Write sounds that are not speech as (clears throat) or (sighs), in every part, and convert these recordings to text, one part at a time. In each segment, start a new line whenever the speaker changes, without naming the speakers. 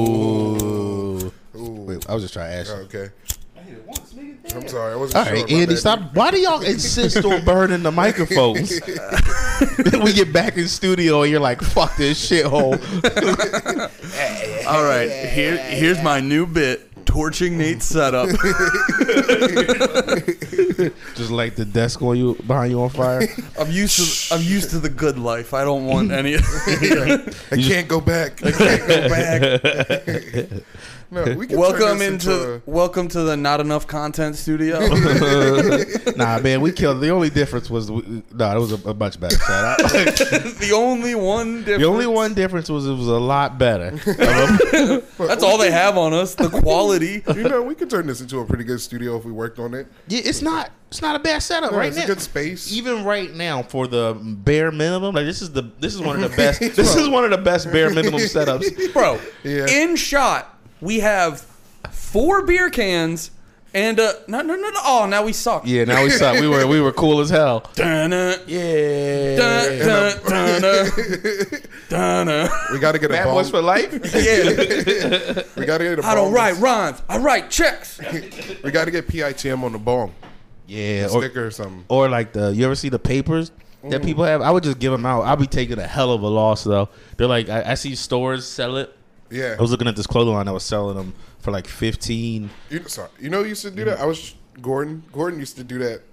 Ooh. Wait, I was just trying to ask you.
Okay.
I hit it once, nigga. Damn.
I'm sorry. I wasn't
All
sure.
right,
My
Andy,
bad,
stop. Why do y'all insist on burning the microphones? (laughs) then we get back in studio and you're like, fuck this shithole.
All right, here here's my new bit: torching Nate's setup.
(laughs) Just like the desk on you behind you on fire. (laughs)
I'm used to I'm used to the good life. I don't
(laughs)
want any.
I can't go back. I can't go back.
(laughs)
no, we can turn
welcome
this
into
a-
welcome to the not enough content studio.
(laughs)
(laughs)
nah, man, we killed. The only difference was no, nah, it was a, a much better (laughs) setup.
the only one difference.
the only one difference was it was a lot (laughs) better. Um,
That's all they have
(laughs)
on us. The quality.
you know, we could turn this into a pretty good studio if we worked on it.
yeah, it's not. It's not a bad setup
No,
right
it's
now.
a good space.
Even right now, for the bare minimum, like this is the this is one of the best. this is one of the best bare minimum
(laughs)
setups.
bro.
Yeah.
In shot, we have four beer cans and uh no no no no. Oh, now we suck.
Yeah, now we saw we were we were cool as hell.
Dun-na,
Yeah,
dun, dun, dun-na,
(laughs)
dun-na.
we got to get a
bad
bong.
boys for life.
(laughs) Yeah,
we got to get a
I don't
bong.
write rhymes. I write checks.
We got to get PITM on the bong.
Yeah,
A
or,
sticker or something.
or like the you ever see the papers that people have? I would just give them out. I'll be taking a hell of a loss though. They're like I, I see stores sell it.
Yeah.
I was looking at this clothing line that was selling them for like fifteen.
You, sorry, you know, who used to do that. I was Gordon. Gordon used to do that.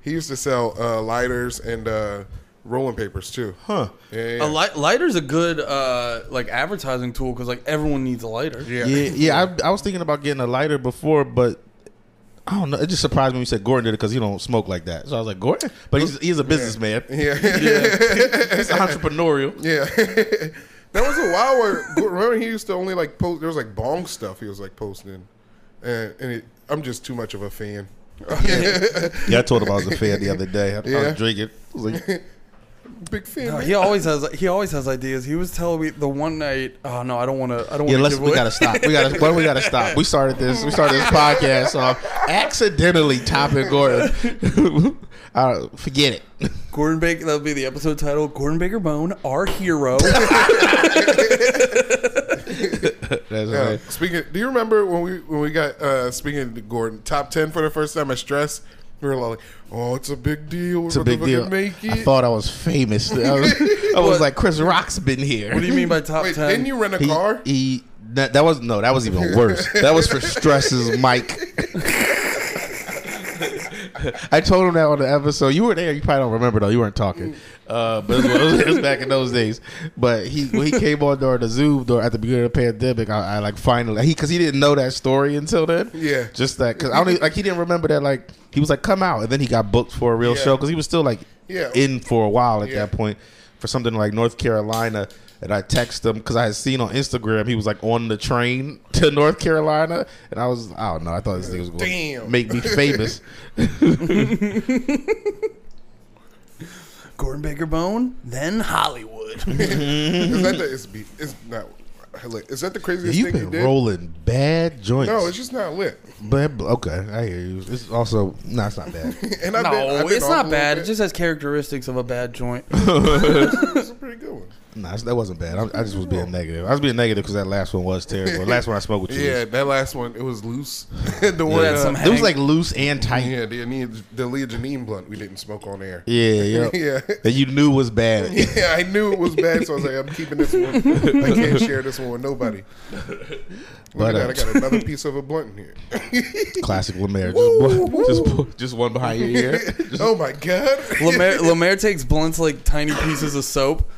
He used to sell uh, lighters and uh, rolling papers too. Huh? Yeah, yeah,
A
yeah.
light, lighter's a good uh like advertising tool because like everyone needs a lighter.
(laughs)
yeah.
Yeah, yeah. I, I was thinking about getting a lighter before, but. I don't know. It just surprised me when you said Gordon did it because he don't smoke like that. So I was like, Gordon? But he's, he's a businessman. (laughs)
(laughs)
He's entrepreneurial.
Yeah. (laughs) that was a while where remember he used to only like post. There was like bong stuff he was like posting, and, and it, I'm just too much of a fan. (laughs)
Yeah, I told him I was a fan the other day. I, I
Yeah.
was drinking. I was like,
Big fan.
Uh,
man.
He always has he always has ideas. He was telling me the one night. Oh no, I don't want to. I don't
Yeah,
want
let's.
to.
We gotta stop. We gotta. Well, we gotta stop. We started this. We started this podcast off accidentally topping Gordon. (laughs) uh, forget it. (laughs)
Gordon Baker. That'll be the episode title. Gordon Baker Bone, our hero. (laughs)
That's
Yeah.
right.
Speaking, do you remember when we when we got uh, speaking to Gordon top ten for the first time at Stress? We were like, "Oh, it's a big deal. We're
It's a big deal.
Make it.
I thought I was famous. I was, I (laughs) was like, Chris Rock's been here.
what do you mean by top
Wait,
ten?
didn't you rent a
He, (laughs)
car? (laughs)
he- that, that was no. That was even worse. That was for stresses, Mike. (laughs) I told him that on the episode. You were there. You probably don't remember though. You weren't talking. Uh, but it was, it was back in those days. But he when he came on during the Zoom door at the beginning of the pandemic, I, I like finally he because he didn't know that story until then.
Yeah.
just that because I don't even- like he didn't remember that like he was like come out and then he got booked for a real
Yeah.
show because he was still like
Yeah.
in for a while at
Yeah.
that point for something like North Carolina. And I text him because I had seen on Instagram he was like on the train (laughs) to North Carolina, and I was I don't know I thought this thing was going to
Damn.
make me
(laughs)
famous. (laughs)
Gordon Baker Bone,
(laughs)
then Hollywood.
is that the? It's, be- it's not. Look, is that the craziest
You've
thing you
been
did?
rolling bad joints.
No, it's just not lit. (laughs)
but okay, I hear you. It's also no, it's not
(laughs)
bad.
And I've been- I've
no,
been
it's
off a
not
little
bad.
bit.
It just has characteristics of a
(laughs)
bad joint.
it's a pretty good one.
nah, that wasn't bad. I, I just was being negative. I was being negative because that last one was terrible. The last one I spoke with you,
Yeah,
yeah,
that last one it was loose. (laughs) the one
Yeah,
uh,
some-
it was like loose and tight.
yeah, the Ania- the Leah Janine blunt we didn't smoke on air.
Yeah, yeah,
Yeah.
That you knew was bad.
(laughs) Yeah, I knew it was bad, so I was like, I'm keeping this one.
(laughs)
I can't share this one with nobody. Look
But,
at
uh,
that, I got another piece of a
(laughs)
blunt in here.
Classic Lemaire. Just, one, just, one- just one behind your ear. Just-
oh my god! (laughs)
Lemaire, Lemaire takes blunts like tiny pieces of soap,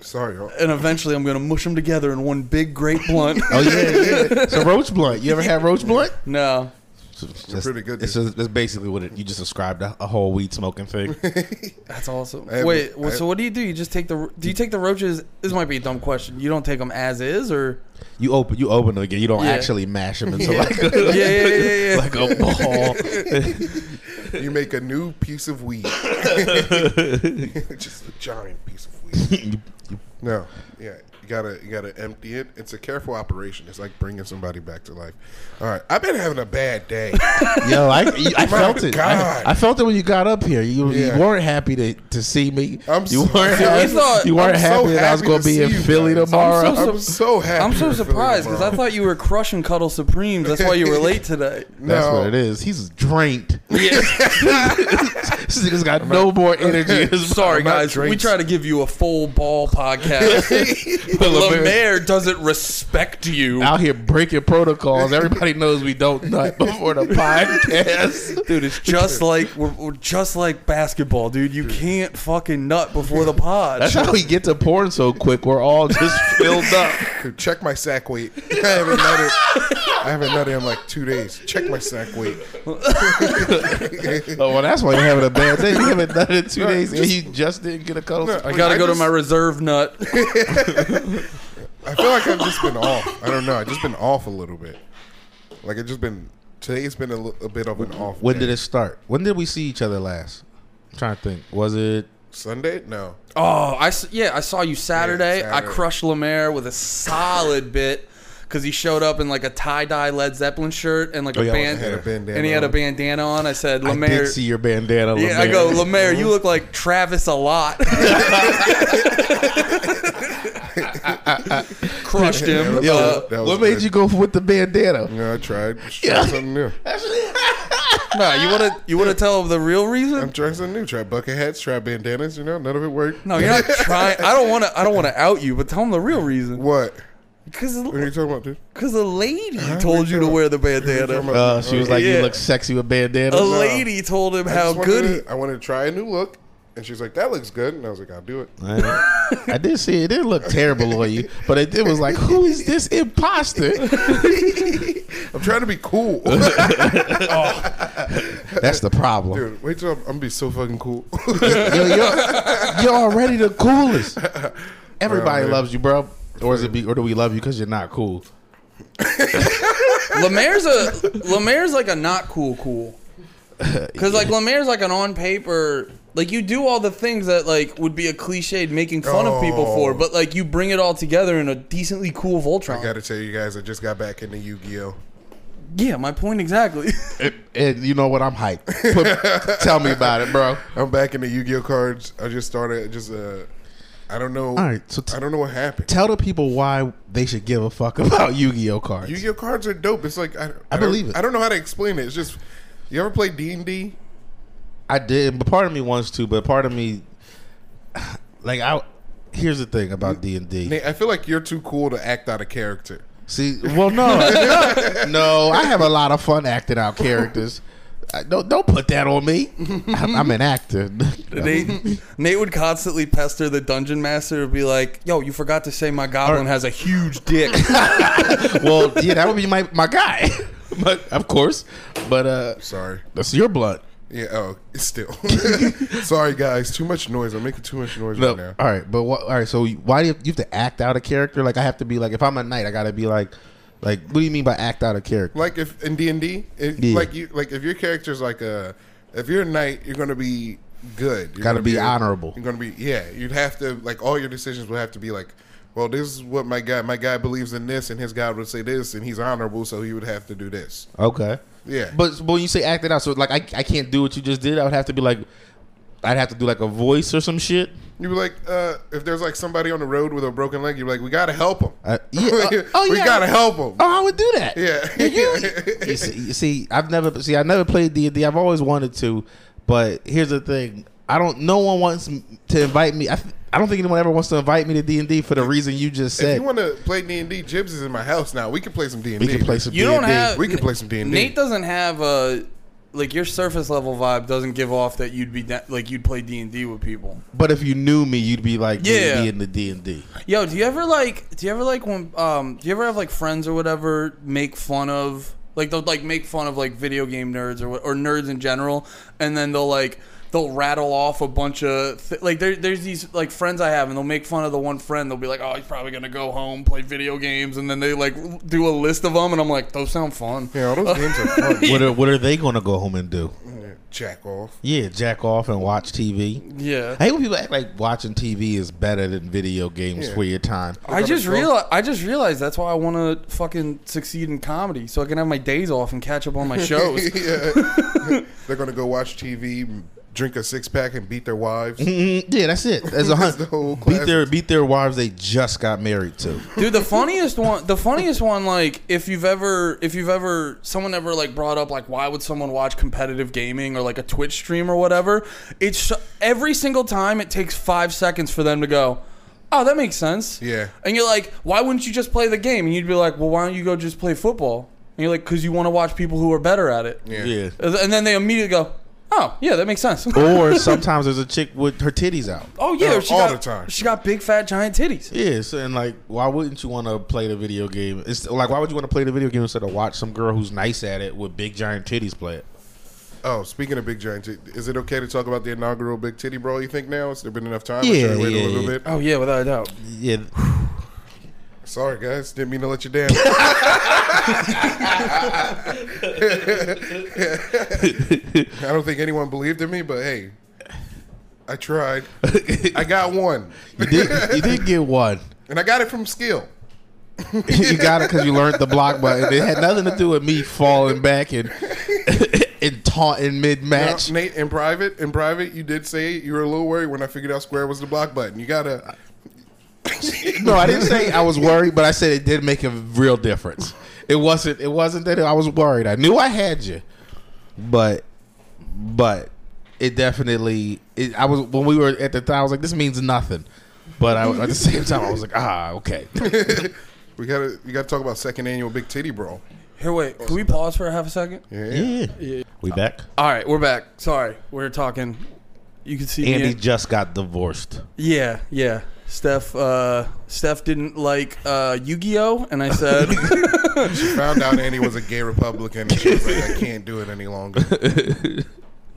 Sorry, y'all.
and eventually I'm gonna mush them together in one big great
(laughs)
blunt.
(laughs) oh yeah, yeah. It's a roach blunt. You ever had roach blunt?
no,
It's just-
pretty good,
It's just, that's basically what it. You just described a, a whole weed smoking thing.
(laughs)
that's awesome.
I have-
Wait,
I-
so what do you do? You just take the? Do you take the roaches? This might be a dumb question. You don't take them as is, or
You open you open them again. You don't
Yeah.
actually mash them into like a,
(laughs) yeah, yeah, yeah, yeah.
like a ball.
(laughs)
You make a new piece of weed. (laughs) just a giant piece of weed.
(laughs)
You-
No, yeah, You gotta you gotta empty it. It's a careful operation. It's like bringing somebody back to life. All right, I've been having a bad day.
Yo, I, you- I
My
felt it. I,
God.
I felt it when you got up here. You,
Yeah.
you weren't happy to, to see me.
I'm
you
so-
weren't
Yeah,
happy,
I thought-
you weren't
I'm so
happy that I was
happy
going
to
to be
see
in
you
Philly
guys.
tomorrow.
I'm so-
I'm so happy. (laughs)
I'm so
you're feeling
surprised because I
tomorrow.
thought you were crushing Cuddle Supremes. That's why you were
(laughs)
late today.
That's
No.
what it is. He's drained. (laughs) this nigga's got no more energy.
(laughs)
(laughs) Sorry,
I'm not
guys. We
drinks.
try to give you a full
(laughs)
ball podcast, (laughs) but
Lemaire-
Lemaire doesn't respect you.
Out here breaking protocols. Everybody knows we don't nut before the podcast.
Dude, it's just like we're, we're just like basketball, dude. You can't fucking nut before the pod.
That's how we get to porn so quick. We're all just filled up.
Dude, check my sack weight. I haven't nutted. I haven't nutted in like two days. Check my sack weight.
Oh, well, that's why you're having a bad day. You haven't done it in two days, and you just didn't get a cuddle.
No,
I,
I gotta
I
go
just-
to my reserve nut.
I feel like I've just been off. I don't know. I've just been off a little bit. Like I've just been. Today's been a, li- a bit of an off.
when
day.
did it start? When did we see each other last? I'm trying to think. Was it?
Sunday? No.
Oh, I s- yeah, I saw you Saturday.
Yeah,
I
Saturday.
crushed Lemaire with a solid bit because he showed up in like a tie dye Led Zeppelin shirt and like
Oh,
a
yeah,
band,
I had a bandana
and he had a
on.
bandana on. I said, Lemaire.
I did see your bandana.
yeah, I
Lemaire.
go, Lemaire,
Mm-hmm.
you look like Travis
(laughs)
a lot. Crushed him.
Yeah,
Uh,
That was
what made
good.
you go with the bandana?
No, I tried. Just
Yeah.
Try something new.
no, you wanna you wanna tell him the real
I'm
reason?
trying something new. Try bucket hats. Try bandanas. You know, none of it worked.
No, you're not trying. I don't wanna I don't wanna out you, but tell him the real reason.
What?
Because
What are you talking about, dude?
because a lady
what are
told
you
you to
talking
wear the
What are you talking
bandana.
about? Oh,
Uh, she was like,
Yeah.
"You look sexy with bandana."
A lady told him
I just
how
wanted
good. he
to- I wanted to try a new look, and she's like, "That looks good," and I was like, "I'll do it."
I, I did see it. It didn't look terrible on you, but it, it was like, "Who is this imposter?"
I'm trying to
(laughs)
be cool,
That's the problem.
dude. Wait till I'm, I'm gonna be so fucking cool. (laughs)
Yo, you're, you're already the
(laughs)
coolest. Everybody
Bro, man.
loves you, bro. Or is it be, or do we love you because you're not cool?
(laughs)
Lemaire's a Lemaire's like a not cool cool. Cause like Lemaire's like an on paper like you do all the things that like would be a cliched making fun of people for,
Oh.
but like you bring it all together in a decently cool Voltron.
I gotta tell you guys, I just got back into Yu-Gi-Oh.
Yeah, my point exactly. (laughs)
And, and you know what? I'm hyped.
(laughs)
Put- tell me about it, bro.
I'm back into Yu-Gi-Oh cards. I just started. Just uh, I don't know.
All right, so t-
I don't know what happened.
Tell the people why they should give a fuck about Yu-Gi-Oh cards.
Yu-Gi-Oh cards are dope. It's like I,
I
don't-
believe it.
I don't know how to explain it. It's just you ever play D and D?
I did, but part of me wants to, but part of me, (sighs) like, I. Here's the thing about D and D.
I feel like you're too cool to act out a character. (laughs)
See, well, no, no, I have a lot of fun acting out characters. I, don't don't put that on
(laughs)
me. I'm, I'm an actor.
Nate, Nate would constantly pester the dungeon master to be like, "Yo, you forgot to say my goblin has a huge dick."
(laughs)
(laughs) well, yeah, that would be my my guy. (laughs) but of course, but uh,
Sorry.
that's your blood.
Yeah. Oh, it's still. (laughs) Sorry, guys. Too much noise. I'm making too much noise
No,
right now.
all right, but wha- all right. So why do you, you have to act out a character? Like I have to be like, if I'm a knight, I gotta be like, like what do you mean by act out a character?
Like if in D and D,
Yeah.
like you, like if your character's like a, if you're a knight, you're gonna be good. You're
Gotta
gonna
be honorable.
You're gonna be yeah. You'd have to like all your decisions would have to be like. Well, this is what my guy. My guy believes in this, and his guy would say this, and he's honorable, so he would have to do this.
Okay,
Yeah.
but but when you say act it out, so like I I can't do what you just did. I would have to be like, I'd have to do like a voice or some shit.
You'd be like, uh, if there's like somebody on the road with a broken leg, you're like, we gotta help him.
Uh, yeah, uh, oh,
(laughs) we
yeah.
gotta help him.
Oh, I would do that.
Yeah.
(laughs)
(laughs)
you, you see, you see, I've never see, I never played D and D. I've always wanted to, but here's the thing: I don't. No one wants m- to invite me. I, th- I don't think anyone ever wants to invite me to D and D for the reason you just
If
said.
you want to play D and D, Jibs is in my house now. We can play some D and
we
D.
can play some.
You don't
D&D.
have
We can play some D&D.
Nate doesn't have a like your surface level vibe doesn't give off that you'd be da- like you'd play D and D with people.
But if you knew me, you'd be like, yeah,
Yeah.
in the D and D.
(laughs) Yo, do you ever like do you ever like when um do you ever have like friends or whatever make fun of like they'll like make fun of like video game nerds or what- or nerds in general and then they'll like they'll rattle off a bunch of th- like there, there's these like friends I have and they'll make fun of the one friend they'll be like oh he's probably gonna go home play video games and then they like do a list of them and I'm like those sound fun
(laughs)
Yeah, all those games are fun.
What are What are they gonna go home and do?
jack off.
Yeah, jack off and watch TV.
Yeah.
I hate when people act like watching TV is better than video games
Yeah.
for your time.
I just
Well-
realized. I just realized that's why I want to fucking succeed in comedy, so I can have my days off and catch up on
(laughs)
my shows.
yeah. (laughs) They're gonna go watch TV, drink a six pack, and beat their wives.
Mm, yeah, that's it. (laughs) That's a
the
hundred.
whole
beat their beat their wives they just got married to.
Dude, the funniest one, the funniest one, like if you've ever, if you've ever, someone ever like brought up like why would someone watch competitive gaming or like a Twitch stream or whatever? It's so- every single time it takes five seconds for them to go, oh, that makes sense.
Yeah.
And you're like, why wouldn't you just play the game? And you'd be like, well, why don't you go just play football? And you're like, because you want to watch people who are better at it.
Yeah.
Yeah.
And then they immediately go, oh, yeah, that makes sense.
or sometimes there's a chick with her titties out.
oh yeah,
Oh,
she
all
got,
the time.
She got big fat giant titties.
Yeah, so and like, why wouldn't you want to play the video game? It's like, why would you want to play the video game instead of watch some girl who's nice at it with big giant titties play it?
Oh, speaking of big giant, tit- is it okay to talk about the inaugural big titty brawl? You think now? Has there been enough time? Or
Yeah,
should I wait
yeah,
a little
yeah.
bit.
Oh yeah, without a doubt.
(laughs) Yeah,
Sorry, guys. Didn't mean to let
(laughs)
you down. I don't think anyone believed in me, but hey, I tried. I got one,
you did, you did get one.
and I got it from skill.
you got it because you learned the block button. It had nothing to do with me falling back and (laughs) and taunting mid
Now,
match.
Nate, in private, in private, you did say you were a little worried when I figured out square was the block button. You gotta. (laughs)
No, I didn't say I was worried, but I said it did make a real difference. It wasn't. It wasn't that I was worried. I knew I had you, but but it definitely. It, I was when we were at the time. I was like, this means nothing. But I, at the same time, I was like, ah, okay.
We gotta. You gotta talk about second annual big titty brawl.
Here, wait. Can we pause for a half a second?
Yeah.
Yeah. We back.
All right, we're back. Sorry, we are talking. You can see
Andy
me.
just got divorced.
Yeah, yeah. Steph, uh, Steph didn't like uh, Yu-Gi-Oh, and
(laughs)
I said,
Found out Andy was a gay Republican. And she was like, I can't do it any longer.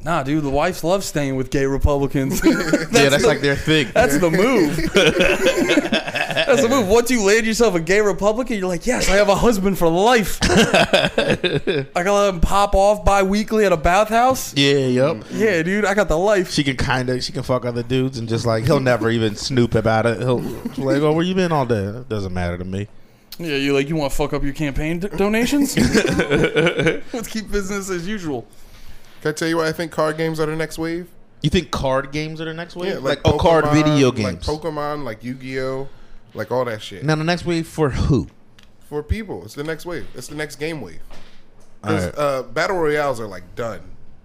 "Nah, dude, the wives love staying with gay Republicans. (laughs)
yeah, that's like their thing.
That's the move.
(laughs)
That's the move. Once you land yourself a gay Republican, you're like, yes, I have a husband
(laughs)
for life. I can let him pop off bi-weekly at a bathhouse.
Yeah. Yep.
Yeah, dude, I got the life.
She can kind of she can fuck other dudes and just like he'll never even snoop about it. He'll like, oh, where you been all day? That doesn't matter to me.
Yeah, you like you want to fuck up your campaign d- (laughs) donations? Let's keep business as usual.
Can I tell you why I think card games are the next wave?
You think card games are the next wave? like oh, card video
Like
games.
Pokemon, like Yu Gi Oh! Like all that shit.
now the next wave for who?
For people, it's the next wave. It's the next game wave. 'Cause,
Alright.
uh, battle royales are like done.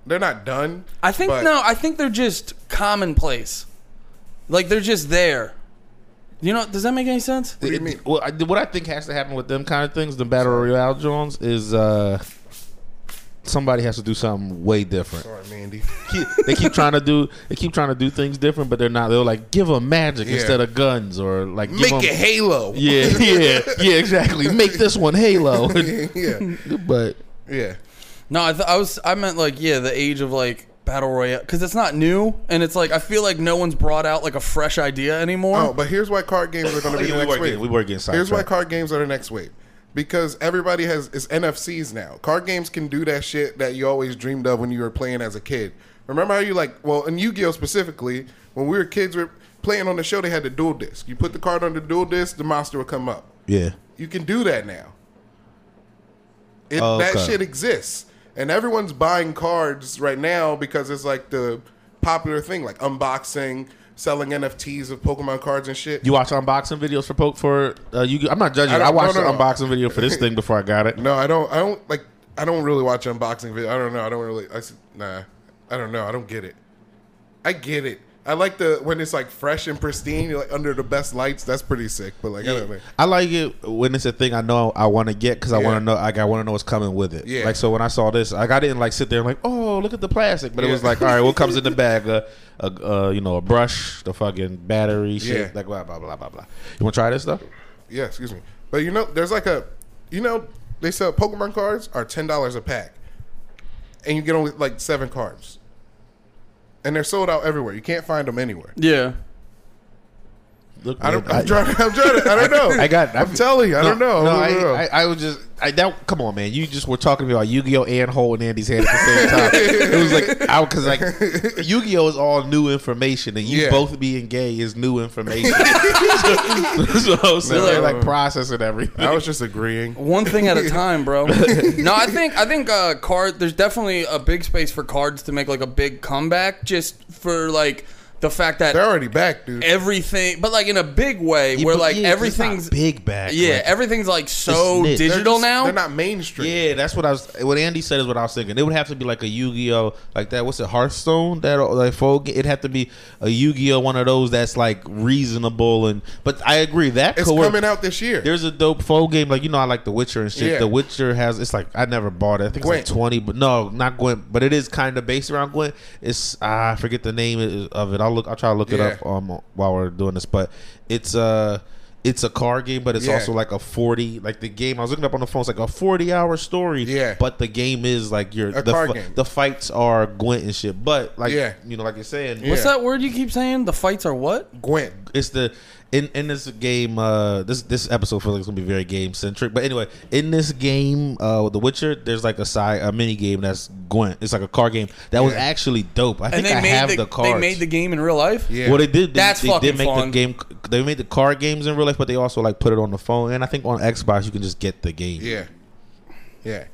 They're not done.
I think
but-
no, I think they're just commonplace. Like they're just there. You know, does that make any sense?
do you mean?
Well, I, what I think has to happen with them kind of things, the battle royale Jones, is uh, somebody has to do something way different.
Sorry, Mandy.
Keep- they keep trying to do they keep trying to do things different, but they're not. They're like give them magic
Yeah.
instead of guns or like give
Make
'em-
it Halo.
(laughs) Yeah, yeah, yeah, exactly. Make this one Halo.
(laughs) yeah.
but
Yeah.
No, I, th- I was I meant like yeah, the age of like battle royale because it's not new and it's like I feel like no one's brought out like a fresh idea anymore.
Oh, but here's why card games are going to
(laughs)
be
Yeah, we
the next
were
wave.
getting- we were getting
Here's why
sidetracked.
card games are the next wave. Because everybody has it's NFCs now. Card games can do that shit that you always dreamed of when you were playing as a kid. Remember how you like well in Yu-Gi-Oh specifically, when we were kids we were playing on the show they had the dual disc. You put the card on the dual disc, the monster would come up.
yeah,
You can do that now. It,
Oh,
That
okay.
shit exists, and everyone's buying cards right now because it's like the popular thing, like unboxing, selling NFTs of Pokemon cards and shit.
you watch unboxing videos for poke for uh, you. I'm not judging.
I
I,
don't-
watched
no, no,
an
no.
unboxing video for this thing before I got it.
no, I don't. I don't like. I don't really watch unboxing videos. I don't know. I don't really. I s- nah. I don't know. I don't get it. I get it. I like the when it's like fresh and pristine, you're like under the best lights. That's pretty sick. But like, I don't know.
I like it when it's a thing I know I want to get because I
Yeah.
want to know. Like I want to know what's coming with it.
Yeah.
Like so when I saw this, like I didn't like sit there and like, oh, look at the plastic, but it
Yeah.
was like, all right, what comes
(laughs)
in the bag? A, a, uh you know, a brush, the fucking battery, shit,
Yeah.
like blah blah blah blah blah. You want to try this stuff?
Yeah, excuse me. But you know, there's like a, you know, they sell Pokemon cards are ten dollars a pack, and you get only like seven cards, and they're sold out everywhere. You can't find them anywhere.
yeah.
look.
I don't.
man,
I'm trying. I'm trying. to- I don't
(laughs)
know.
I got.
I'm telling you. I don't know.
No,
I
I,
don't know.
I, I was just. I that. Come on, man. You just were talking to me about Yu-Gi-Oh and holding Andy's hand at the same time. it was like I because like Yu-Gi-Oh is all new information, and you
Yeah.
both being gay is new
(laughs)
information. (laughs) so, so I was sitting there, like processing everything. (laughs)
I was just agreeing.
One thing at a time, bro. no, I think I think uh, card. There's definitely a big space for cards to make like a big comeback, just for like the fact that
They're already back, dude.
everything, but like in a big way, where
but
like
yeah, it's not
everything's
big back.
yeah,
like-
everything's like so
lit. They're
They're
digital
just-
now.
They're not mainstream.
Yeah, that's what I was. What Andy said is what I was thinking. It would have to be like a Yu Gi Oh, like that. What's it, Hearthstone? That like folk. It'd have to be a Yu Gi Oh, one of those that's like reasonable and. But I agree that
It's
could work.
coming out this year.
There's a dope phone game like you know I like The Witcher and shit.
Yeah.
The Witcher has it's like I never bought it. I think
Gwent.
it's like twenty, but no, not Gwent. But it is kind of based around Gwent. It's I forget the name of it. I'll look. I'll try to look
Yeah.
it up um, while we're doing this. But it's uh it's a card game, but it's
Yeah.
also like a forty like the game. I was looking up on the phone. It's like a forty hour story.
Yeah.
but the game is like your
A
the
card
fi-
game.
the fights are Gwent and shit. But like
Yeah.
you know, like you're saying,
Yeah.
What's that word you keep saying? The fights are what?
Gwent.
it's the in in this game uh this this episode feels like it's gonna be very game centric but anyway in this game uh with the witcher there's like a side a mini game that's gwent it's like a card game that was actually dope i
And
think
they
i
made
have
the,
the, cards
they made the game in real life.
Yeah.
well, they did. They,
That's
they
fucking
did make
fun.
the game. They made the card games in real life, but they also like put it on the phone. And I think on Xbox you can just get the game.
Yeah. Yeah.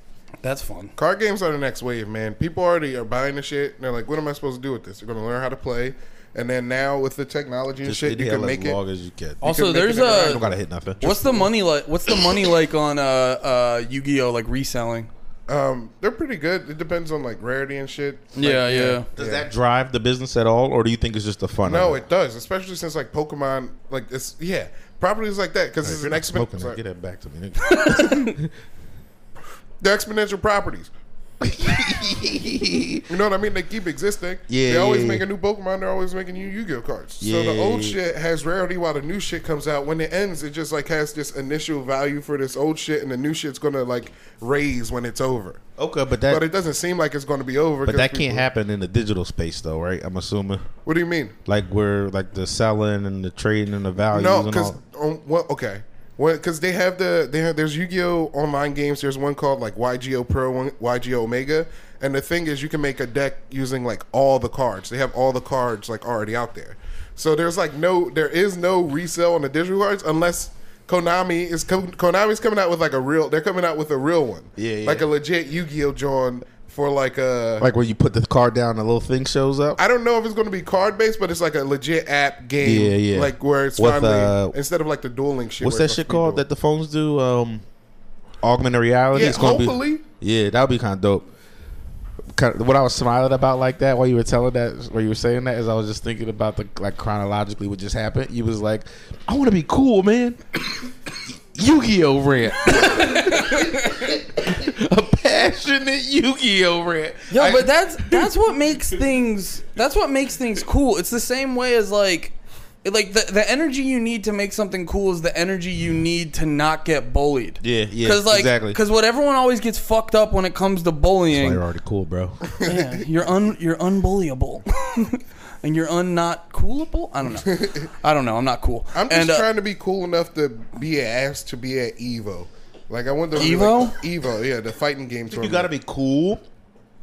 That's fun.
Card games are the next wave, man. People already are buying the shit. And they're like, what am I supposed to do with this? They're going to learn how to play. And then now with the technology and
just
shit, you
inhale
can make
as
it.
long as you can.
Also,
could make
there's
it into
I
a-
don't
a
gotta hit nothing.
what's the money like? What's the money like on uh uh Yu-Gi-Oh like reselling?
Um, they're pretty good. It depends on like rarity and shit. Like,
Yeah, yeah.
does that drive the business at all, or do you think it's just the fun?
No,
of it?
it does, especially since like Pokemon, like it's yeah, properties like that because it's an
Smoking,
exponential.
get it back to me.
They're exponential properties.
(laughs)
(laughs)
you know what I mean? They keep existing.
Yeah,
They always
yeah, yeah.
make a new Pokemon. They're always making new Yu-Gi-Oh cards. so
Yeah,
the
yeah,
old
yeah.
shit has rarity while the new shit comes out. When it ends, it just like has this initial value for this old shit, and the new shit's gonna like raise when it's over.
okay, but that
But it doesn't seem like it's gonna be over.
But
'cause
that can't
people-
happen in the digital space, though, right? I'm assuming,
What do you mean?
like where like the selling and the trading and the values
No,
and
because
all.
um, well, okay, because they have the they have there's Yu-Gi-Oh online games. There's one called like YGO Pro, one, YGO Omega, and the thing is, you can make a deck using like all the cards. They have all the cards like already out there. So there's like no there is no resale on the digital cards unless. Konami is com- Konami's coming out with like a real. They're coming out with a real one,
Yeah, yeah.
like a legit Yu-Gi-Oh John for like uh, a.
Like where you put the card down, the little thing shows up.
I don't know if it's going to be card based, but it's like a legit app game.
Yeah, yeah.
Like where it's
With,
finally
uh,
instead of like the dueling shit.
What's
where
that
it's
shit
supposed to be
called
dueling.
that the phones do? Um, augmented reality.
Yeah,
It's gonna be-
hopefully.
yeah, that would be kind of dope. Kind of, what I was smiling about like that while you were telling that, while you were saying that, is I was just thinking about the like chronologically what just happened. You was like, "I want to be cool, man." (coughs) Yu-Gi-Oh rant, (laughs) a passionate Yu-Gi-Oh rant.
Yo,
I-
but that's that's what makes things that's what makes things cool. It's the same way as like like the, the energy you need to make something cool is the energy you need to not get bullied.
Yeah, yeah,
Cause like,
exactly.
Because what everyone always gets fucked up when it comes to
Oh,
bullying.
you're already cool, bro.
Yeah, (laughs) you're un you're unbullyable, (laughs) and you're un not coolable. I don't know. I don't know. I'm not cool.
I'm just
and, uh,
trying to be cool enough to be an ass to be at Evo. Like I want to be,
Evo?
like, Evo, yeah, the fighting game tournament.
(laughs) You gotta be cool.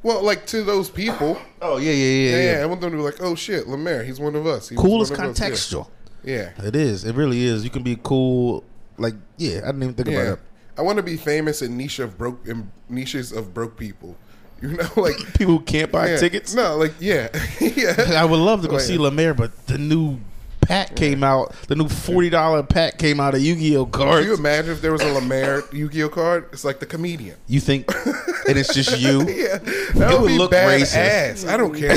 well, like to those people.
Oh yeah, yeah,
Yeah, I want them to be like, oh shit, Lemaire, he's one of us. He was
Cool is
one of us." Yeah.
contextual.
Yeah,
It is. It really is. You can be cool. Like yeah, I didn't even think
yeah.
about
I want to be famous in niche of broke in niches of broke people. You know, (laughs) like
that. People who can't buy
yeah.
tickets.
No, like yeah, (laughs) yeah.
(laughs) (coughs) I would love to go
Right.
see Lemaire, but the new pack came out. The new forty dollar pack came out of Yu Gi Oh cards.
Can you
You,
imagine if there was a Lemaire Yu-Gi-Oh card? It's like the comedian. (laughs)
think, and it's just you.
Yeah, that
It
would,
would
be
look
bad
racist.
ass. I don't care.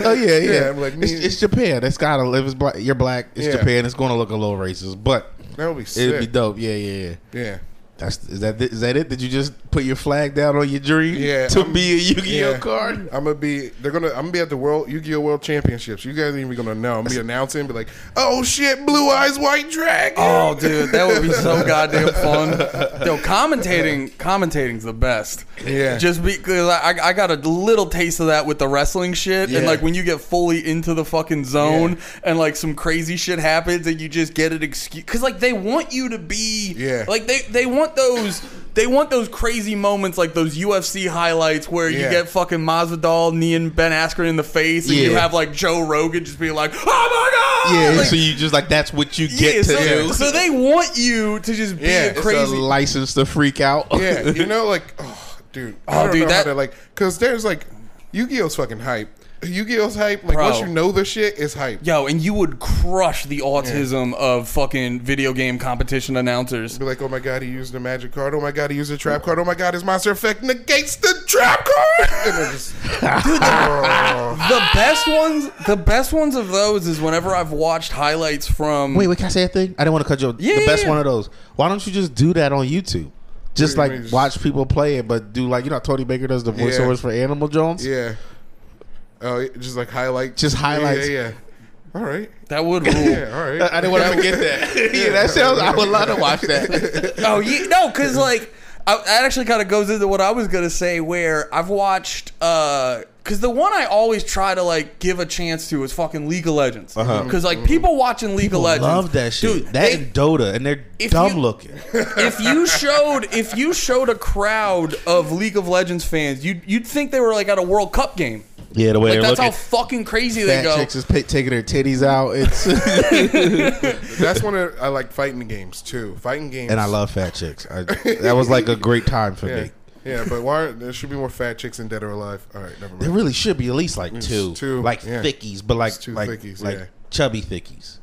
(laughs) Oh yeah, yeah.
Yeah, I'm like,
it's,
me-
it's Japan. It's gotta live. It's black. You're black. It's
Yeah.
Japan. It's gonna look a little racist, but
that would be
it'd
sick.
be dope. Yeah, yeah, yeah.
Yeah.
That's is that is that it? Did you just put your flag down on your dream
Yeah,
to
I'm-
be a Yu-Gi-Oh
yeah.
card?
I'm gonna be. They're gonna. I'm gonna be at the World Yu-Gi-Oh World Championships. You guys ain't even gonna know. I'm gonna be announcing, be like, "Oh shit, Blue Eyes White Dragon."
Oh, dude, that would
(laughs)
be so goddamn fun. Yo, commentating, commentating's the best.
Yeah.
Just because I, I got a little taste of that with the wrestling shit, and
Yeah.
like when you get fully into the fucking zone, and like some crazy shit happens, and you just get an excuse because like they want you to be,
Yeah.
like they they want those. They want those crazy moments like those UFC highlights where you
Yeah.
get fucking Masvidal kneeing Ben Askren in the face and you
Yeah.
have like Joe Rogan just being like, "Oh my god!"
Yeah,
Like,
so you just like that's what you get
yeah,
to
so,
do.
so they want you to just be
Yeah,
a
it's a
It's a
crazy.
license to freak out. (laughs)
Yeah, you know, like, oh, dude, I
Oh,
don't
dude,
know
that-
how to like, because there's like, Yu-Gi-Oh's fucking hype. Yu-Gi-Oh's hype. Like
Bro.
once you know the shit, it's hype.
Yo, and you would crush the autism of fucking video game competition announcers.
Be like, oh my god, he used a magic card. Oh my god, he used a trap card. Oh my god, his monster effect negates the trap card. And they're just, (laughs) oh,
The best ones, the best ones of those is whenever I've watched highlights from.
Wait, wait, can I say a thing? I didn't want to cut you. off.
Yeah,
the
yeah,
best
yeah.
one of those. Why don't you just do that on YouTube? Just
What do you
like
mean?
watch people play it, but do like you know how Tony Baker does the voiceovers for Animal Jones.
yeah. Oh, it just like highlight.
Just highlights.
Yeah, yeah. yeah. All right. (laughs)
that would rule.
Yeah, all right.
(laughs) I didn't want to forget
(laughs)
that. (laughs) yeah, that sounds. I would love to watch that.
oh, yeah, no, because like I, that actually kind of goes into what I was gonna say. Where I've watched, because the one I always try to like give a chance to is fucking League of Legends. Because
Uh-huh.
like people watching League of Legends
Love that shit.
dude.
that
they-
and Dota, and they're
If
dumb
you-
looking.
if you showed if you showed a crowd of League of Legends fans, you'd you'd think they were like at a World Cup game.
Yeah, the way
Like
they're
that's how
looking.
fucking crazy they
Fat
go.
chicks is pa- taking their titties out. It's
(laughs)
That's one of I like fighting games too. Fighting games.
and I love fat chicks. I, that was like a great time for
Yeah,
me.
yeah. But why aren't, there should be more fat chicks in Dead or Alive? All right, never mind.
There really should be at least like two,
two,
like
yeah.
thickies, but like
two
like
thickies,
like
yeah.
chubby thickies.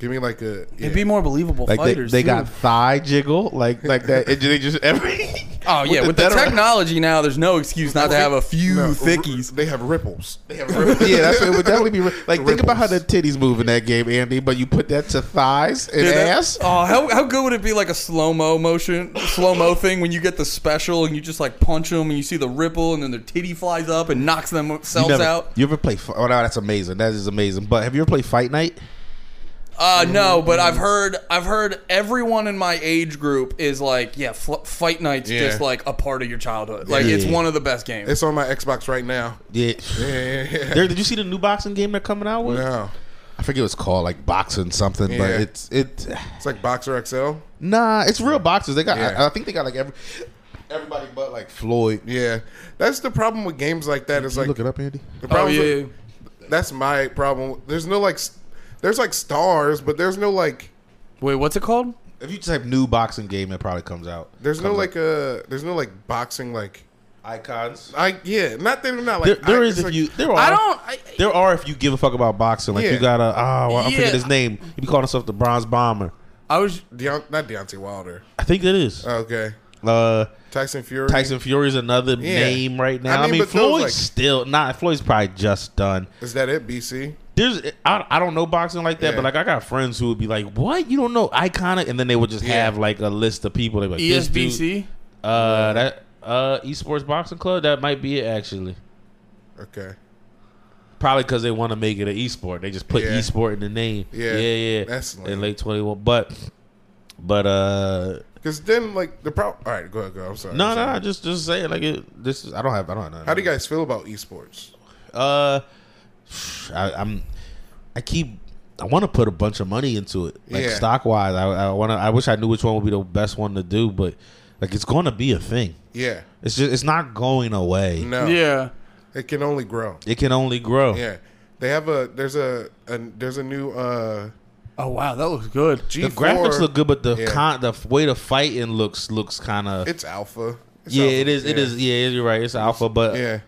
Give me like a. Yeah.
It'd be more believable
Like
fighters.
they, they
too.
got thigh jiggle, like like that. And they just every.
(laughs) Oh yeah, with, the,
better-
technology now, there's no excuse not to have a few
No, r-
thickies.
They have ripples. They have
(laughs) yeah, that's it would definitely be re- like think about how the
Ripples.
titties move in that game, Andy. But you put that to thighs and
Dude, that-
ass.
Oh, how, how good would it be like a slow mo motion, slow mo thing when you get the special and you just like punch them and you see the ripple and then their titty flies up and knocks themselves
you, never,
out.
you ever play? fi- Oh no, that's amazing. That is amazing. But have you ever played Fight Night?
Uh, no, but I've heard I've heard everyone in my age group is like, yeah, fl- Fight Night's
Yeah.
just like a part of your childhood. Like
Yeah.
it's one of the best
(laughs)
games.
It's on my Xbox right now. (laughs)
Yeah.
Yeah, yeah,
(laughs)
yeah.
There, did you see the new boxing game they're coming out with?
No,
I forget what it's called, like boxing something, but
Yeah.
it's it.
it's like Boxer XL.
Nah, it's real boxers. They got.
Yeah.
I, I think they got like every everybody but like Floyd.
Yeah, that's the problem with games like that. Is
You
like
look it up, Andy.
the
oh
problem.
yeah,
with- that's my problem. There's no like, s- there's like stars, but there's no like,
Wait, what's it called?
If you type new boxing game, it probably comes out.
there's no
Comes
like a, there's no like boxing like.
up. icons.
I yeah, not that not
There,
like
there
I-
is
it's
if
like-
you there are
I don't. I,
there are if you give a fuck about boxing. Like
Yeah.
you got to oh I'm
Yeah.
forgetting his name. He be calling himself the Bronze Bomber.
I was.
Deon, not Deontay Wilder.
I think it is.
Okay,
Uh,
Tyson Fury.
Tyson Fury is another
Yeah.
name right now.
I
I
mean,
mean,
but those,
Floyd's
like-
still not. Floyd's probably just done.
Is that it? BC.
There's I, I don't know boxing like that,
Yeah.
but like I got friends who would be like, "What you don't know iconic?" And then they would just
Yeah.
have like a list of people. They like
E
this dude-
ESBC.
Uh, that uh esports boxing club. That might be it actually.
Okay.
Probably because they want to make it an esport. They just put
Yeah.
esport in the name.
Yeah.
Yeah, yeah.
That's lame.
in late twenty one. But but uh
Because then, like, the problem. All right, go ahead, go. ahead. I'm sorry.
no
I'm
no
sorry.
no just just say it like it. This is I don't have I don't know.
How do you guys feel about esports?
Uh, I, I'm. I keep. I want to put a bunch of money into it, like
Yeah.
stock wise. I, I want to. I wish I knew which one would be the best one to do, but like it's going to be a thing.
Yeah.
It's just. It's not going away.
No.
Yeah.
It can only grow.
It can only grow.
Yeah. They have a there's a, a there's a new uh
Oh wow, that looks good.
G4.
The graphics look good, but the
Yeah.
con, the f- way the fighting looks looks kind of.
It's alpha. It's
Yeah,
alpha.
it is. It
Yeah.
is. Yeah, you're right. It's alpha, but
Yeah.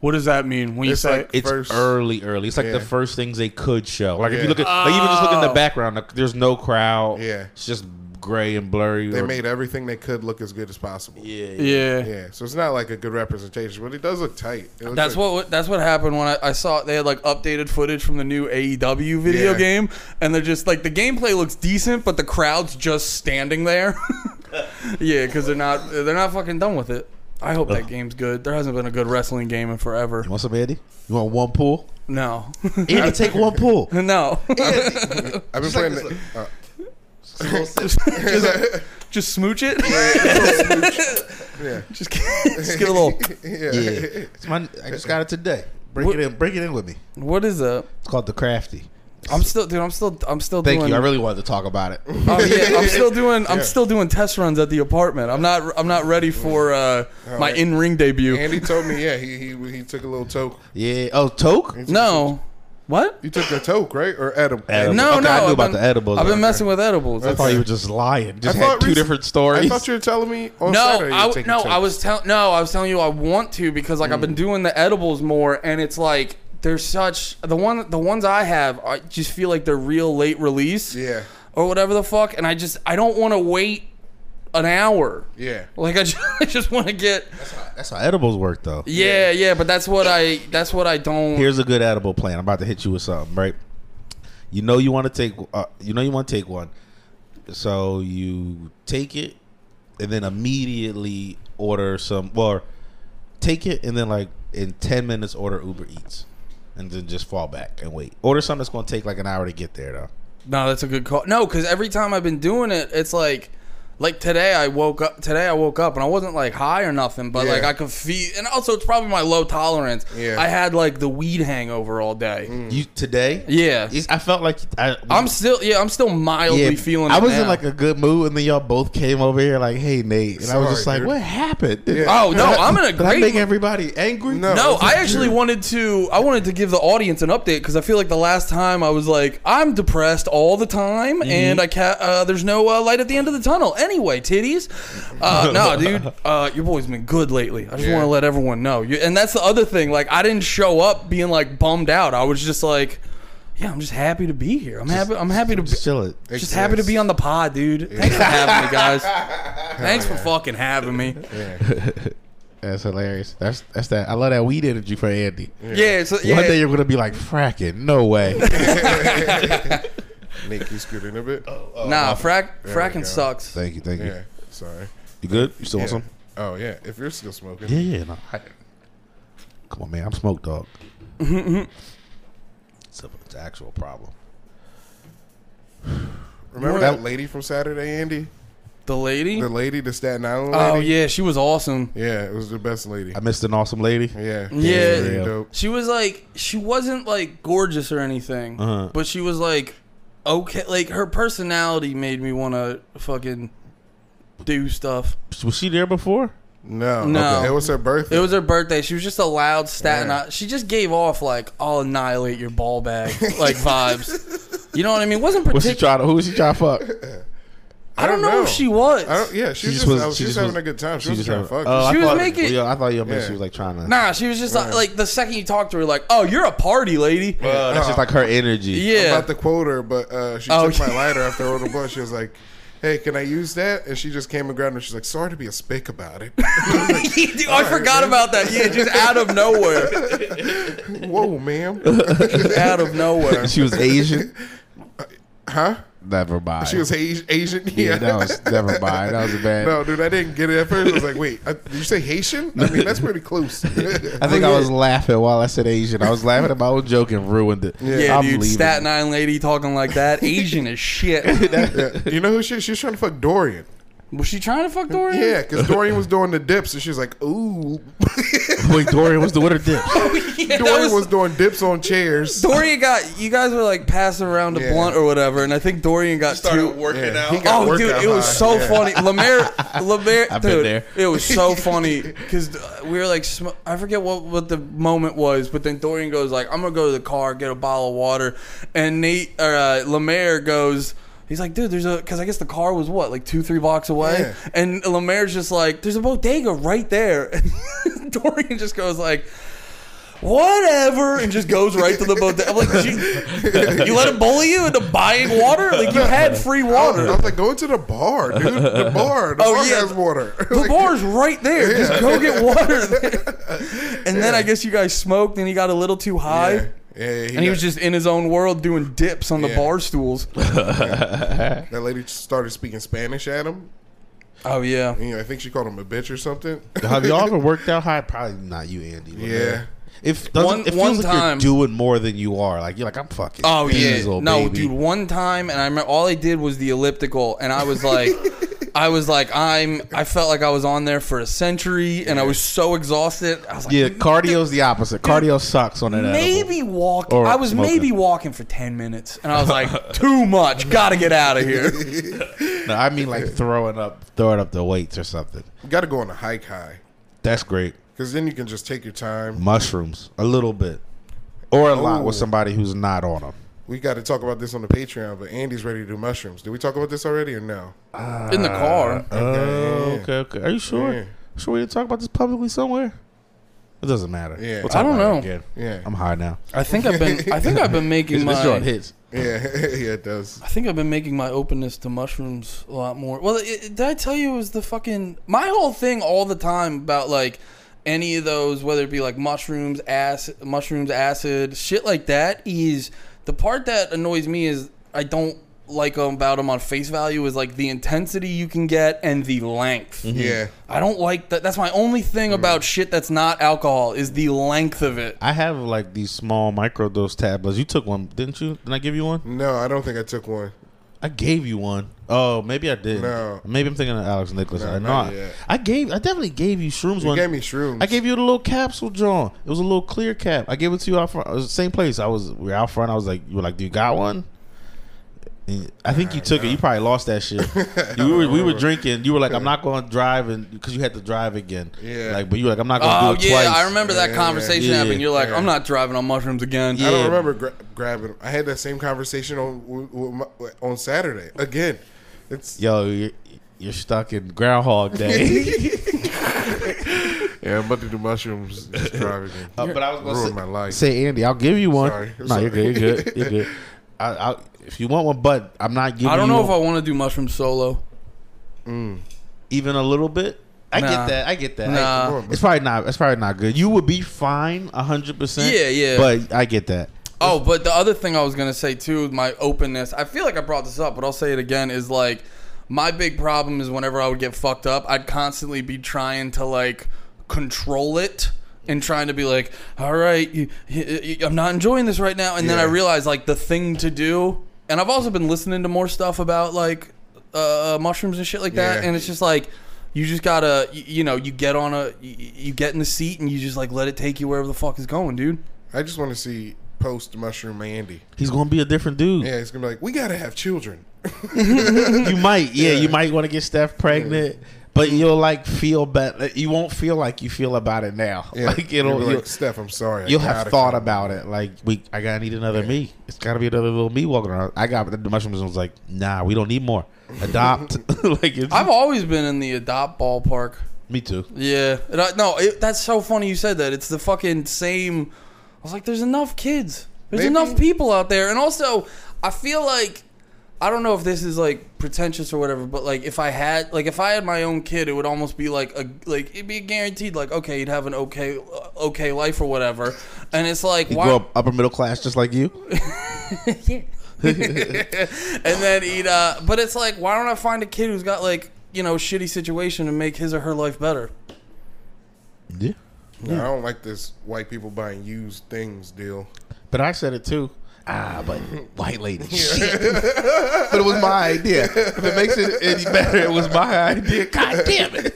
What does that mean when you
It's
say?
like-
it's
First-
early, early. It's like
Yeah.
the first things they could show. Like if
Yeah.
you look at, like even just look in
Oh.
the background, like, there's no crowd.
Yeah.
it's just gray and blurry.
They
or-
made everything they could look as good as possible.
Yeah, yeah.
yeah.
Yeah. So it's not like a good representation, but it does look tight. It looks
That's
like,
what that's what happened when I, I saw they had like updated footage from the new AEW video
Yeah.
game, and they're just like the gameplay looks decent, but the crowd's just standing there. (laughs) yeah, because they're not they're not fucking done with it. I hope that game's good. There hasn't been a good wrestling game in forever.
You want some, Andy? You want one pool?
No, (laughs)
Andy, take one
(laughs)
pool.
no. (laughs)
I've been
Just like
playing.
this,
the- uh,
Just smooch it. (laughs)
yeah,
just, just get a little.
(laughs) yeah.
Yeah, it's my, I just got it today. Bring
What-
it in. Bring it in with me.
What is that?
It's called the crafty.
I'm still, dude. I'm still, I'm still
Thank
doing.
you. I really wanted to talk about it.
Oh yeah,
(laughs)
I'm still doing. I'm still doing test runs at the apartment. I'm not. I'm not ready for uh, my
right.
in ring debut.
Andy told me, yeah, he he he took a little toke.
Yeah. Oh,
(laughs)
toke.
no, what?
You took a toke, right? Or Adam?
Edible.
No,
Okay,
no.
I knew
I've
about
been-
the edibles.
I've been
Okay.
messing with edibles.
I
That's-
thought you were just lying.
I
Just
thought
had two
recent-
different stories.
I thought you were telling me on
No,
Saturday you
I,
were
w-
taking Mm.
no,
tokes.
I was telling. No, I was telling you I want to because like I've been doing the edibles more, and it's like they're such the one the ones I have. I just feel like they're real late release.
Yeah.
Or whatever the fuck, and I just I don't want to wait an hour.
Yeah.
Like I just, (laughs) I just want to get.
That's how edibles work, though.
Yeah, yeah, but that's what I that's what I don't.
Here's a good edible plan. I'm about to hit you with something, right? You know you want to take. Uh, you know you want to take one. So you take it, and then immediately order some. Or take it, and then like in ten minutes order Uber Eats, and then just fall back and wait. Order something that's going to take like an hour to get there, though.
No, that's a good call. No, because every time I've been doing it, it's like, like today I woke up. Today I woke up and I wasn't like high or nothing, but
Yeah.
like I could feel. And also, it's probably my low tolerance.
Yeah.
I had like the weed hangover all day.
You today?
Mm. Yeah,
It's- I felt like I,
I'm still. Yeah, I'm still mildly feeling.
I
it
was
now.
in like a good mood, and then y'all both came over here like, "Hey, Nate," and I was just
Sorry,
like,
dude.
"What happened?" Did-
Yeah.
(laughs)
Oh no, I'm in a
Did I
great.
make everybody angry?
No.
no,
It's
I actually wanted to. I wanted to give the audience an update because I feel like the last time I was like, I'm depressed all the time, and I ca Uh, there's no uh, light at the end of the tunnel. Anyway, titties. Uh, no, dude, uh, your boy's been good lately. I just
Yeah.
want to let everyone know. You, and that's the other thing. Like, I didn't show up being like bummed out. I was just like, yeah, I'm just happy to be here. I'm happy. I'm happy to. Be,
Just chill it.
just happy to be on the pod, dude. Thanks for having me, guys. Thanks for fucking having me.
That's hilarious. That's that's that. I love that weed energy for Andy.
Yeah, so yeah.
One day you're gonna be like fracking. No
(laughs)
way.
Nick, you scoot in a bit.
Oh.
Nah, frack,
we
fracking
go.
sucks.
thank you, thank you.
Yeah, sorry.
You good? You still want
Yeah.
some?
Oh yeah, if you're still smoking.
Yeah, yeah. No. I- Come on, man. I'm smoked,
(laughs)
dog. it's, a, it's an actual problem.
Remember
That-
that lady from Saturday, Andy?
The lady?
The lady, the Staten Island lady.
Oh yeah, she was awesome.
Yeah, it was the best lady.
I missed an awesome lady.
Yeah.
Yeah.
Really
Yeah.
dope.
She was like she wasn't like gorgeous or anything,
Uh-huh.
but she was like okay, like her personality made me want to fucking do stuff.
Was she there before?
No.
No.
Okay. It was her birthday.
It was her birthday. She was just a loud Staten
Yeah.
Island. She just gave off like I'll annihilate your ball bag like vibes. You know what I mean? Wasn't
Was she
particular.
trying to? Who was she trying to fuck?
I don't know if she was.
I don't, yeah, she, was just, I was, she was having a good time. She, was trying to fuck.
Oh, I
She was
thought-
making-
Yeah, I thought you meant
Yeah.
she was like trying to.
Nah, she was just like, like the second you talked to her, like, oh, you're a party lady.
Uh, that's just like her energy.
I'm
yeah. (laughs)
about to quote her, but uh, she
Oh,
took my lighter after I rolled a blunt. She was like, "Hey, can I use that?" And she just came and grabbed me. She's like, "Sorry to be a spick about it." (laughs)
Dude, I forgot about that. Yeah, just out of nowhere.
Whoa,
(laughs)
ma'am.
out of
(laughs)
nowhere.
She was Asian.
(laughs) Huh?
Never mind.
She was Haitian. Asian. Yeah.
Yeah, that was never mind. That was a bad.
No, dude, I didn't get it at first. I was like, "Wait, I, did you say Haitian?" I mean, that's pretty (laughs) close.
I
Oh,
think
(laughs)
I was laughing while I said Asian. I was laughing at my own joke and ruined it.
Yeah,
I'm
dude,
leaving.
Staten Island lady talking like that, Asian as shit.
you know who she? She's trying to fuck Dorian.
Was she trying to fuck Dorian?
Yeah, because Dorian was doing the dips, and she's like, "Ooh."
(laughs) Wait, Dorian was the winter dip.
(laughs) Yeah, (laughs) that
Dorian was,
was-
doing dips on chairs.
Dorian got you guys were like passing around a
Yeah.
blunt or whatever, and I think Dorian got two.
Yeah,
working
he got
Oh,
worked
dude,
out
it was
high.
so
Yeah.
funny.
(laughs)
Lemaire, Lemaire,
I've been
dude,
there.
it was so funny because we were like, sm- I forget what, what the moment was, but then Dorian goes like, "I'm gonna go to the car, get a bottle of water," and Nate or uh, Lemaire goes. He's like, dude, there's a, because I guess the car was what, like two, three blocks away?
Yeah.
And Lemaire's just like, there's a bodega right there. (laughs) And Dorian just goes like, whatever, and just goes right to the bodega. I'm
(laughs)
like, you, you let him bully you into buying water? Like, you had free
I
water.
was like, "Go into the bar, dude.
(laughs)
The bar. The
Oh,
bar
yeah.
has water." (laughs)
The bar's right there. Just go get water. there. and then I guess you guys smoked and he got a little too high.
Yeah, yeah, yeah,
And he
got-
was just in his own world doing dips on the
Yeah.
bar stools.
That lady started speaking Spanish at him. (laughs)
Oh yeah.
You know, I think she called him a bitch or something.
(laughs)
(laughs)
Have y'all ever worked out high? Probably not you, Andy. but,
Yeah.
man, If doesn't,
One-
it feels
one
like
time-
you're doing more than you are. Like you're like I'm fucking.
Oh yeah.
Diesel,
No,
baby.
dude. One time, and I remember all I did was the elliptical, and I was
(laughs)
like, I was like, I'm. I felt like I was on there for a century, and I was so exhausted. I was like,
Yeah, cardio's the opposite. Cardio sucks on that.
maybe walk.
Or
I was
smoking.
maybe walking for ten minutes, and I was like, too much. Gotta get out of
(laughs)
here.
edible. No, I mean like throwing up, throwing up the weights or something.
you got to go on a hike high
That's great.
because then you can just take your time.
Mushrooms, a little bit, or a lot with
Ooh.
somebody who's not on them.
We got to talk about this on the Patreon, but Andy's ready to do mushrooms. Did we talk about this already or no?
In the car.
Oh,
yeah.
okay, okay. Are you sure?
Yeah.
Sure, we didn't talk about this publicly somewhere. It doesn't matter.
Yeah.
We'll talk
I don't
about it
know.
again.
Yeah.
I'm high now.
I think I've been. I think I've been making
This
my.
joint hits.
Yeah, (laughs) yeah, it
(laughs)
does.
I think I've been making my openness to mushrooms a lot more. Well, it, it- did I tell you it was the fucking my whole thing all the time about like any of those, whether it be like mushrooms, acid, mushrooms, acid, shit like that. Is the part that annoys me is I don't like about them on face value is like the intensity you can get and the length.
Yeah.
I don't like that. That's my only thing about shit that's not alcohol is the length of it.
I have like these small microdose tablets. You took one, didn't you? Didn't I give you one?
No, I don't think I took one.
I gave you one. Oh, maybe I did.
No.
Maybe I'm thinking of Alex Nicholas.
No,
I know.
not
I,
yet.
I gave. I definitely gave you shrooms
You
one.
gave me shrooms.
I gave you the little capsule, John. It was a little clear cap. I gave it to you out front. It was the same place. I was we were out front. I was like, you were like, do you got one? And I think you took it. You probably lost that
(laughs)
shit. You- we, were, we were drinking. You were like, I'm not going to drive, and because you had to drive again.
Yeah.
Like, but you were like, I'm not going to
Oh
do it
yeah,
twice.
I remember that
Yeah,
conversation
yeah.
happening. You're like,
Yeah.
I'm not driving on mushrooms again.
I
Yeah.
don't remember gra- grabbing them. I had that same conversation on with- with my- on Saturday again. It's
Yo, you're, you're stuck in Groundhog
(laughs)
Day.
yeah, I'm about to do
(laughs)
mushrooms. Just drive again.
Uh, but I was gonna
Ruined
say,
my life.
say, Andy, I'll give you one.
Sorry.
No,
Sorry.
you're good. You're good.
(laughs)
You're good. I, I, if you want one, but I'm not giving.
I don't
(laughs)
know
you
if I want to do mushrooms solo.
even a little bit. I
Nah.
get that. I get that. I-
Nah.
uh, it's probably not. It's probably not good. You would be fine, hundred percent.
Yeah, yeah.
But I get that.
Oh, but the other thing I was gonna say too, my openness. I feel like I brought this up, but I'll say it again. Is like my big problem is whenever I would get fucked up, I'd constantly be trying to like control it and trying to be like, all right, you, you, you- I'm not enjoying this right now. And then I
Yeah.
realized like the thing to do. And I've also been listening to more stuff about like uh, mushrooms and shit like that.
Yeah.
And it's just like. You just gotta, you, you know, you get on a, you, you get in the seat and you just like let it take you wherever the fuck is going, dude.
I just want to see post mushroom Andy.
He's gonna be a different dude.
Yeah, he's gonna be like, we gotta have children.
You might, yeah, you might want to get Steph pregnant, but you'll like feel better. You won't feel like you feel about it now. (laughs) (laughs)
Yeah,
Like it'll,
You'll be
you'll,
like Steph. I'm sorry. I
you'll have
gotta
thought
come."
about it. Like we, I gotta need another me. It's gotta be another little me walking around. I got the mushrooms and was like, nah, we don't need more. Adopt, (laughs) like it's,
I've always been in the adopt ballpark.
me too.
Yeah. And I, no, it, that's so funny you said that. It's the fucking same. I was like, there's enough kids. There's
Maybe-
enough people out there. And also, I feel like. I don't know if this is like pretentious or whatever, but like if I had like if I had my own kid, it would almost be like a like it'd be guaranteed like okay, you'd have an okay uh, okay life or whatever. And it's like
You
why
grow up upper middle class just like
(laughs)
you.
and then eat uh but it's like why don't I find a kid who's got like, you know, shitty situation and make his or her life better?
Yeah.
No, I don't like this white people buying used things deal.
But I said it too. Ah, but white lady. Shit. (laughs) but it was my idea. If it makes it any better, it was my idea. God damn it.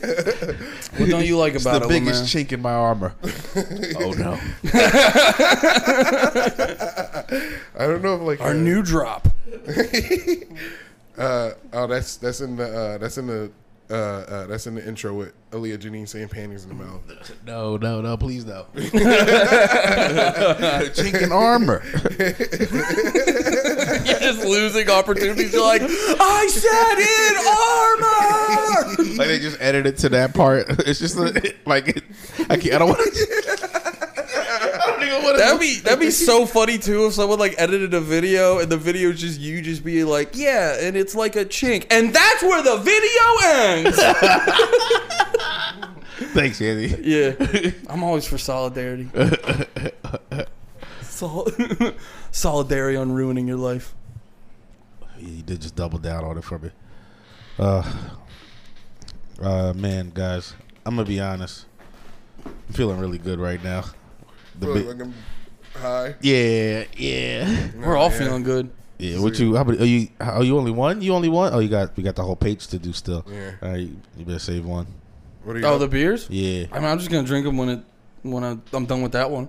What don't you like
It's
about
the
it,
biggest
Lemare?
chink in my armor. oh no.
I don't know if like
Our
uh,
new drop.
Uh, oh, that's that's in the uh, that's in the uh, uh, that's in the intro with Aaliyah Janine saying panties in the mouth.
No, no, no, please no. (laughs) chink in armor.
(laughs) You're just losing opportunities. You're like, I said in armor.
Like they just edited to that part. (laughs) It's just a, like it, I can't I don't want to (laughs) I don't even want to
That'd be that'd be so funny too if someone like edited a video and the video's just you just being like, yeah, and it's like a chink, and that's where the video ends.
Thanks, Andy.
(laughs) yeah, (laughs) I'm always for solidarity. (laughs) Sol- (laughs) solidarity on ruining your life.
You did just double down on it for me. Uh, Uh, man, guys, I'm gonna be honest. I'm feeling really good right now. The
Really
big-
looking high.
yeah,
(laughs)
yeah,
We're all
yeah.
feeling good.
yeah. What you? How about, are you? Are you only one? You only one? Oh, you got we got the whole page to do still.
Yeah.
All right, you better save one.
What are you?
Oh, the beers?
Yeah.
I mean, I'm just gonna drink them when it when I, I'm done with that one.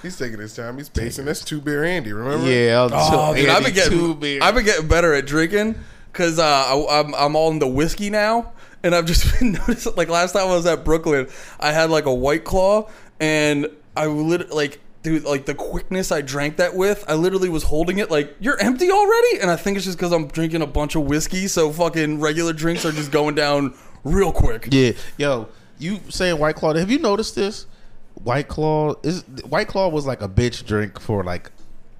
He's taking his time. He's pacing. That's two beer Andy. Remember?
Yeah. I'll,
Oh,
so-
dude, I've
Andy,
been getting (laughs)
two beers.
I've been getting better at drinking because uh, I- I'm I'm all into whiskey now, and I've just (laughs) been noticing. Like last time I was at Brooklyn, I had like a White Claw, and I lit like. Dude, like the quickness I drank that with, I literally was holding it like you're empty already, and I think it's just because I'm drinking a bunch of whiskey, so fucking regular drinks are just going down real quick.
Yeah, yo, you saying White Claw? Have you noticed this? White Claw is White Claw was like a bitch drink for like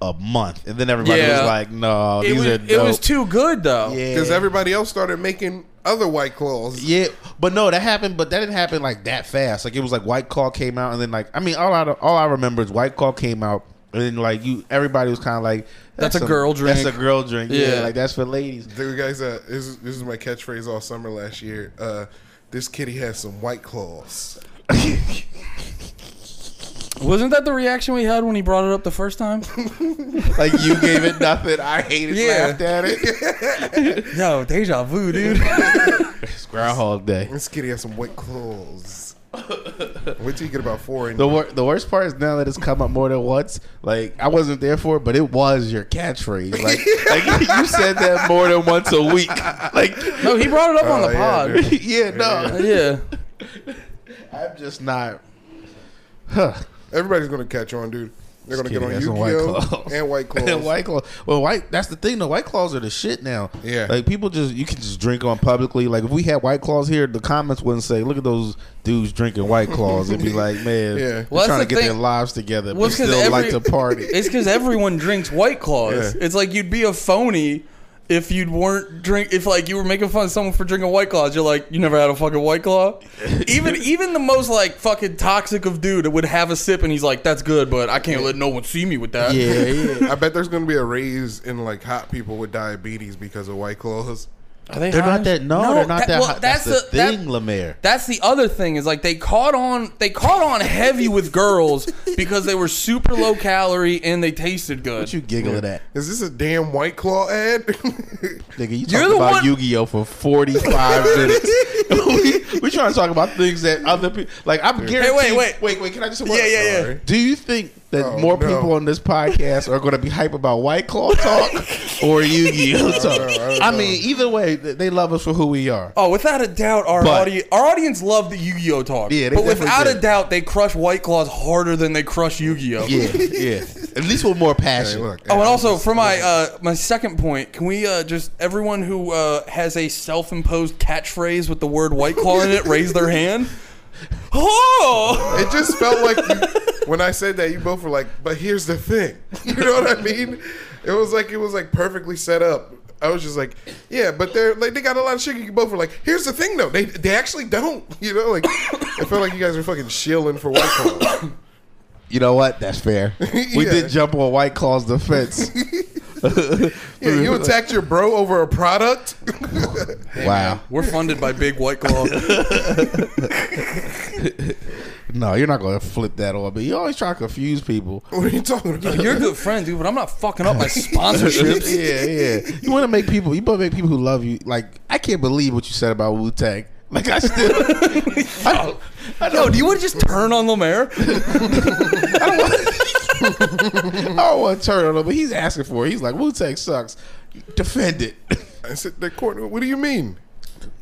a month, and then everybody
Yeah.
was like, "No,
it
these
was
are
it was
dope."
too good though.
yeah,
Because everybody else started making other white claws.
yeah, but no, that happened, but that didn't happen like that fast. Like it was like White Claw came out, and then like I mean, all I all I remember is White Claw came out, and then like you, everybody was kind of like,
That's a girl drink."
That's a girl drink. Yeah,
Yeah.
like that's for ladies."
Dude, guys, uh, this, is- this is my catchphrase all summer last year. Uh, this kitty has some white claws.
Wasn't that the reaction we had when he brought it up the first (laughs) time?
Like you gave it (laughs) nothing. I hated
Yeah.
laughed at it.
(laughs) Yo, deja vu, dude.
It's Groundhog Day.
This kitty has some white claws. Wait till you get about four in
The, wor- the worst part is now that it's come up more than once. Like I wasn't there for it, but it was your catchphrase. Like, like you said that more than once a week. Like,
(laughs)
(laughs)
No, he brought it up on
Oh,
the
yeah,
pod.
dude.
yeah, no,
Uh, yeah.
I'm just not. Huh.
Everybody's gonna catch on, dude. They're gonna
Just
get on
kidding,
Yu-Gi-Oh
that's on White Claws.
(laughs)
(laughs)
and White Claws.
And white claw. Well, white. That's the thing. though. white claws are the shit now.
Yeah.
Like people just you can just drink on publicly. Like if we had white claws here, the comments wouldn't say, "Look at those dudes drinking white claws." It'd be like, man,
Yeah.
they're
Well, that's
trying to
the
get their
thing.
lives together,
Well,
but
it's 'cause
still like to
every-
party.
(laughs) It's because everyone drinks White Claws.
Yeah.
It's like you'd be a phony if you weren't drink. If like you were making fun of someone for drinking White Claws, you're like, you never had a fucking White
(laughs)
Claw. even even the most like fucking toxic of dude would have a sip and he's like, that's good, but I can't let no one see me with that.
yeah, yeah. (laughs)
I bet there's gonna be a raise in like hot people with diabetes because of White Claws.
Are they
They're
high?
not that. No, they're not that.
well,
hot. That's, the
that-
thing, Lemaire.
That's the other thing is like they caught on they caught on heavy with girls because they were super low calorie and they tasted good.
What you giggling at,
Is this a damn White Claw ad? (laughs)
nigga? You
You're
talking
the
about
one-
Yu-Gi-Oh for
(laughs)
forty-five minutes? (laughs) we, we trying to talk about things that other people like. I'm guaranteed.
wait.
wait, wait. Can I just?
Yeah, yeah, yeah.
Sorry.
Do you think that
Oh,
more
no.
people on this podcast are going to be hype about White Claw
(laughs)
talk or Yu-Gi-Oh talk?
know, I
I,
don't know.
mean, either way, th- they love us for who we are.
Oh, without a doubt, our
But-
audience our audience loved the Yu-Gi-Oh talk.
Yeah, they
but
definitely
without
did.
a doubt, they crush White Claws harder than they crush Yu-Gi-Oh.
Yeah, yeah. At least with more passion.
Hey, look,
Oh, and
ad.
also for my uh, my second point, can we uh, just everyone who uh, has a self-imposed catchphrase with the word White Claw in
(laughs)
it raise their hand? Oh,
it just felt like you, when I said that you both were like, "But here's the thing," (laughs) you know what I mean? It was like it was like perfectly set up. I was just like, "Yeah," but they're like they got a lot of shit. You both were like, "Here's the thing, though." They they actually don't, (laughs) you know? Like it felt like you guys were fucking shilling for White
(laughs)
Claw.
You know what? That's
(laughs)
fair. We
Yeah.
did jump on White Claw's defense.
Yeah, you attacked your bro over a product. (laughs)
wow.
we're funded by Big White Claw.
No, you're not going to flip that on me. You always try to confuse
(laughs)
people.
what are you talking about?
You're a good friend, dude, but I'm not fucking up my
(laughs)
sponsorships.
yeah, yeah. You want to make people. You want to make people who love you. Like I can't believe what you said about Wu Tang. Like I still. I, I
Yo,
don't.
do you want to just turn on Lemaire?
I don't want to turn on him, but he's asking for it. He's like Wu Tang sucks. Defend it. (laughs)
I said, "The court. What do you mean?"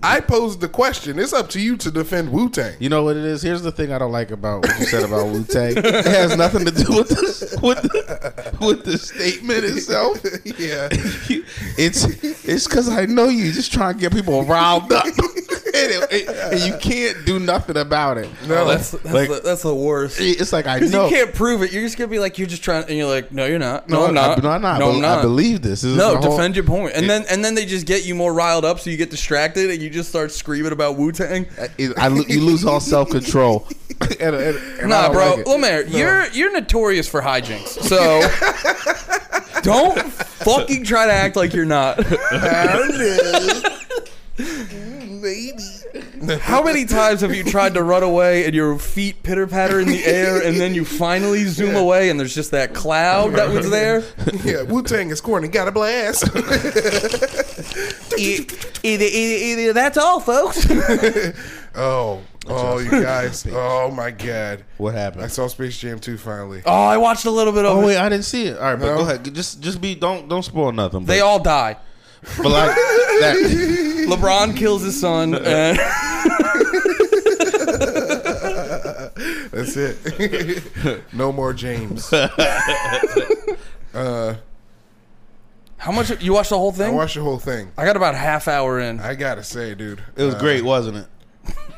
I posed the question. It's up to you to defend Wu Tang.
You know what it is? Here's the thing I don't like about what you said about Wu Tang. It has nothing to do with the, with the, with the statement itself.
yeah.
(laughs) it's it's because I know you just trying to get people riled up, (laughs) and, it- it- and you can't do nothing about it.
No.
That's that's,
Like-
the, that's the worst.
It's like I
Because
know.
you can't prove it. You're just gonna be like you're just trying, and you're like, no, you're not. No,
I-
I'm not.
I, no, I'm not. I
No,
be-
I'm not.
I believe this. this is
No,
my whole-
defend your point, and then and then they just get you more riled up, so you get distracted, and you just start screaming about Wu Tang.
Uh, It- I, lo- you lose all self
(laughs)
control. and, and- and I
Nah,
don't
bro,
like it.
Lemaire, you're you're notorious for hijinks,
(laughs)
so don't fucking try to act like you're not.
Maybe.
How many times have you tried to run away and your feet pitter patter in the air, and then you finally zoom away and there's just that cloud that
(laughs)
was there?
yeah, Wu Tang is corny. Got a blast.
that's all, folks.
(laughs) oh, oh, you guys. Oh my God.
What happened?
I saw Space Jam 2 finally.
Oh, I watched a little bit of
Oh
it.
wait, I didn't see it. All right, but
No.
go ahead. Just just be don't don't spoil nothing.
They
but,
all die.
but like that.
LeBron kills his
(laughs)
son. And (laughs)
That's it. (laughs) no more James. uh,
how much you watched the whole
I
thing?
watched the whole thing.
I got about half hour in.
I gotta say, dude,
It was
uh,
great, wasn't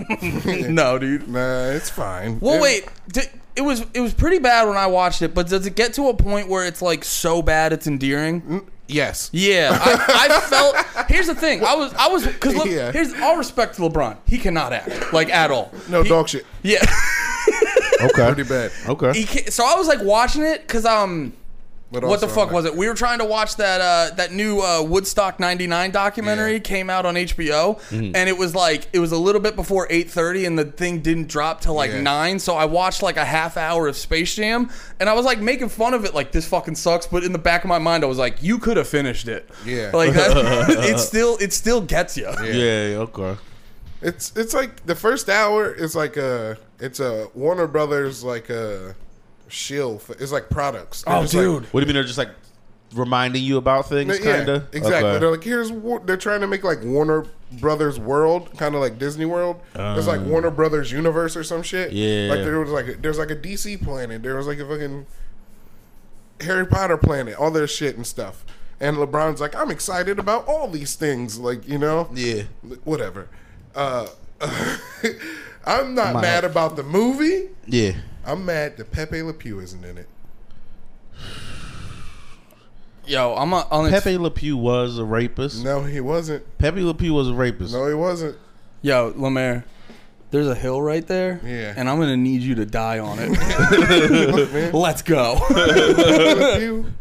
it?
(laughs) no, dude.
Nah, it's fine.
Well,
It-
wait. Di- it was it was pretty bad when I watched it, but does it get to a point where it's like so bad it's endearing?
Mm. Yes.
Yeah, I,
(laughs)
I felt. Here's the thing. I was I was because look.
Yeah.
Here's all respect to LeBron. He cannot act like at all.
No
He-
dog shit.
Yeah.
Okay.
Pretty bad.
Okay.
He can't, so I was like watching it because um.
But
What the
also,
fuck
like,
was it? We were trying to watch that uh, that new uh, Woodstock '99 documentary
Yeah. Mm-hmm.
came out on HBO, and it was like it was a little bit before 8:30, and the thing didn't drop till like
Yeah.
nine. So I watched like a half hour of Space Jam, and I was like making fun of it, like this fucking sucks. But in the back of my mind, I was like, you could have finished it.
Yeah.
like
(laughs)
that, it still it still gets you.
Yeah. yeah, Okay.
It's it's like the first hour is like a it's a Warner Brothers like a shill. f- It's like products. They're
Oh,
just like-
dude.
What do you mean? They're just like reminding you about things,
Yeah,
kinda.
exactly.
Okay.
They're like here's War- they're trying to make like Warner Brothers World, kind of like Disney World. it's like Warner Brothers Universe or some shit.
Oh. Yeah.
like there was like a, there's like a DC planet. There was like a fucking Harry Potter planet, all their shit and stuff. And LeBron's like, I'm excited about all these things, like you know,
Yeah.
whatever. Uh, (laughs) I'm not mad about the movie.
Yeah.
I'm mad that Pepe Le Pew isn't in it.
Yo, I'm a, on
Pepe Le Pew was a rapist.
No, he wasn't.
Pepe Le Pew was a rapist.
No, he wasn't.
Yo, Lemaire, there's a hill right there,
Yeah.
and I'm gonna need you to die on
(laughs)
it. (laughs) Let's go.
Pepe Le Pew,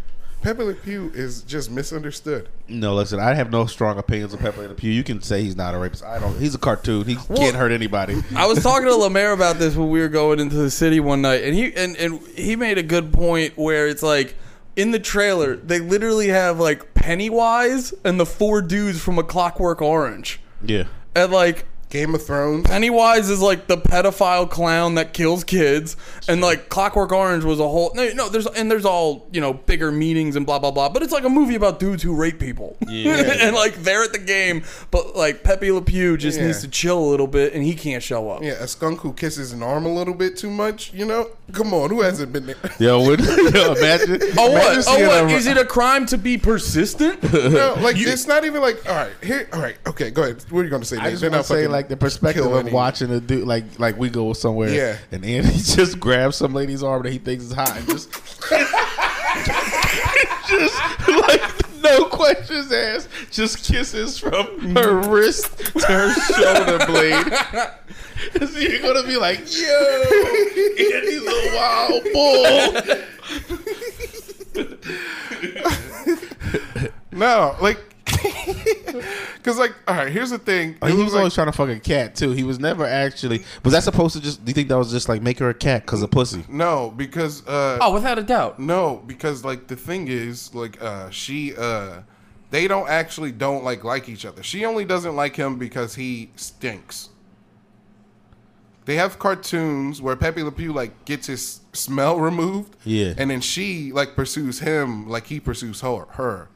Pepe Le Pew is just misunderstood.
No, listen, I have no strong opinions of Pepe Le Pew. You can say he's not a rapist. I don't. He's a cartoon. He can't hurt anybody.
I was talking to Lemaire about this when we were going into the city one night, and he and, and he made a good point where it's like in the trailer they literally have like Pennywise and the four dudes from A Clockwork Orange,
yeah.
and like
Game of Thrones.
Pennywise is like the pedophile clown that kills kids, and like Clockwork Orange was a whole no, no there's and there's all you know bigger meanings and blah blah blah, but it's like a movie about dudes who rape people, (laughs) and like they're at the game, but like Pepe Le Pew just
Yeah.
needs to chill a little bit, and he can't show up.
Yeah, a skunk who kisses an arm a little bit too much. You know, come on, who hasn't been there?
Yo, what, (laughs) yo imagine. imagine
Oh what?
seeing
Oh what?
a-
Is it a crime to
(laughs)
be persistent?
(laughs) No, like it's not even like all right here. All right, okay, go ahead. What are you going to say?
I
Nate?
just
Then
want to
I'll
say,
fucking
like the perspective
kill
of
any-
watching a dude, like like we go somewhere,
Yeah.
and (laughs) Andy just grabs some lady's arm that he thinks is hot, and just, (laughs) just like no questions asked, just kisses from her wrist to her shoulder blade. so you're gonna be like, yo, Andy's a wild bull.
No, like (laughs) because like all right. Here's the thing. It
He was
was like,
always trying to fuck a cat too. He was never actually. Was that supposed to just? Do you think that was just like make her a cat because of pussy?
no, because uh,
oh, without a doubt.
No, because like the thing is, like uh she uh they don't actually don't like like each other. She only doesn't like him because he stinks. They have cartoons where Pepe Le Pew like gets his smell removed.
Yeah.
And then she like pursues him like he pursues her her.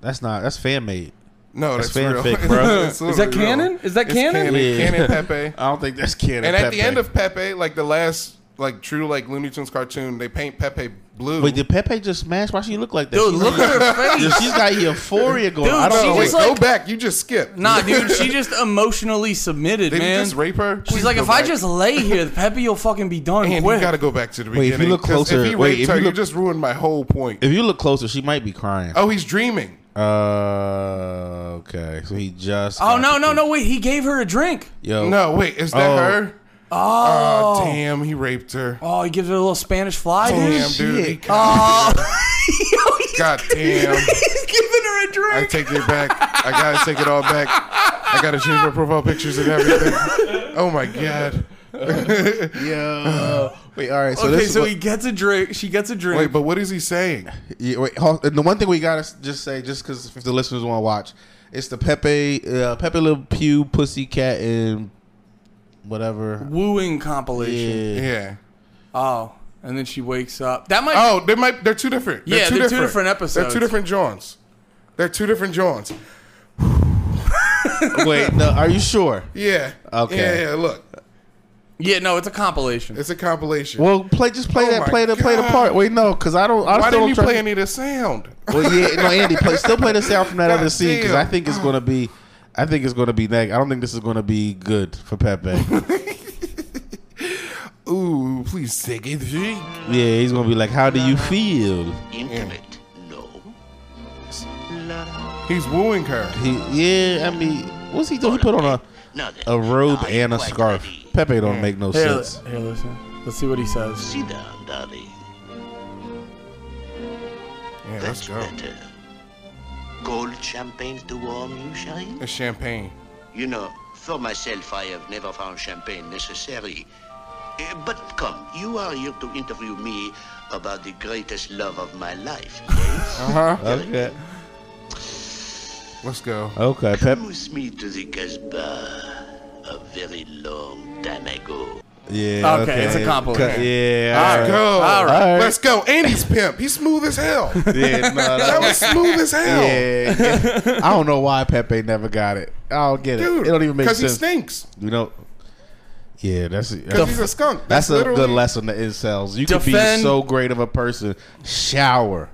That's not. That's fan made.
No, that's,
That's
real.
fanfic,
(laughs)
bro.
It's
Is that
literally real.
canon? Is that
It's
canon?
Canon,
Yeah.
canon
(laughs)
Pepe.
I don't think that's canon.
And at
Pepe.
the end of Pepe, like the last like true like Looney Tunes cartoon, they paint Pepe blue.
Wait, did Pepe just smash? Why she look like that?
Dude,
She's
look
like- (laughs)
at her face.
Yo, she's got euphoria going. I
Dude,
don't
she
no,
know.
wait,
just,
go
like-
back. You just skipped.
Nah, dude,
(laughs)
she just emotionally submitted,
Did
man.
you just rape her?
She's like, if I just lay here, Peppy will fucking be done
Man, you
quick.
gotta go back to the
Wait,
beginning.
if you look
'cause
closer-
if he
wait,
raped
if
her,
you
you
look-
just ruined my whole point.
if you look closer, she might be crying.
Oh, he's dreaming.
Uh, okay. So he just.
oh no, no, no! Wait, he gave her a drink.
Yo,
No, wait, is that
Oh.
her?
Oh,
Oh, damn, he raped her.
oh, he gives her a little Spanish fly, dude. (laughs)
Damn, dude. he-
shit.
Oh,
God damn.
(laughs) he's giving her
I
a drink.
take it back. I gotta take it all back. I gotta change my profile pictures and
(laughs)
everything. Oh my god.
Yeah. (laughs) wait. All right. So
okay,
this
so
is
he gets a drink. She gets a drink.
Wait, but what is he saying?
what, yeah, wait, hold- and the one thing we gotta s- just say, just because if the listeners want to watch, it's the Pepe, uh, Pepe Le Pew, Pussycat, and whatever.
Wooing
Yeah.
compilation.
Yeah.
Oh, and then she wakes up. That might.
Oh, they might. They're two different. They're
Yeah,
two
they're two
different.
different
They're
episodes.
two different Johns. They're two different Johns.
Wait. No. Are you
(laughs)
sure?
Yeah.
Okay.
Yeah, yeah. Look,
Yeah, no, it's a compilation.
it's a compilation.
Well, play. Just play
Oh
that.
my
Play the. Play the
God.
part. Wait. No. Because I don't. I
Why
still
didn't
don't
you
trust-
play any of the sound?
Well, yeah, no, Andy, play, still play the sound from that
God
other scene because I
damn.
think it's gonna be, I think it's gonna be neg. I don't think this is gonna be good for Pepe. yeah,
Ooh, please take it.
he's gonna be like, "How do you feel?"
Intimate? No. La la.
He's wooing her.
He, yeah, I mean, what's he doing? He put on a
Now then,
a robe
are you
and a
quite
scarf.
ready?
Pepe don't make no
here,
sense.
here, listen. Let's see what he says.
Sit down, darling.
Yeah, let's
That's
go.
better. Cold champagne to warm you, shine?
It's champagne.
You know, for myself, I have never found champagne necessary. Eh, But come, you are here to interview me about the greatest love of my life. yes?
Uh huh.
Okay,
Let's go.
okay, Pep.
Come with me to the Casbah a very long time ago.
Yeah, okay,
Okay, it's a compliment.
Cut- Yeah,
Let's go.
All right.
All right.
Let's go. Andy's pimp. He's smooth as hell.
yeah, no, that
That
was-
was smooth as hell.
yeah, yeah. I don't know why Pepe never got it. I don't get it.
Dude,
it don't even make
Because he
sense.
stinks.
You know. Yeah, that's
Because he's a skunk.
That's, a
literally-
good lesson to incels. You can be
Defend-
so great of a person.
(laughs)
Shower.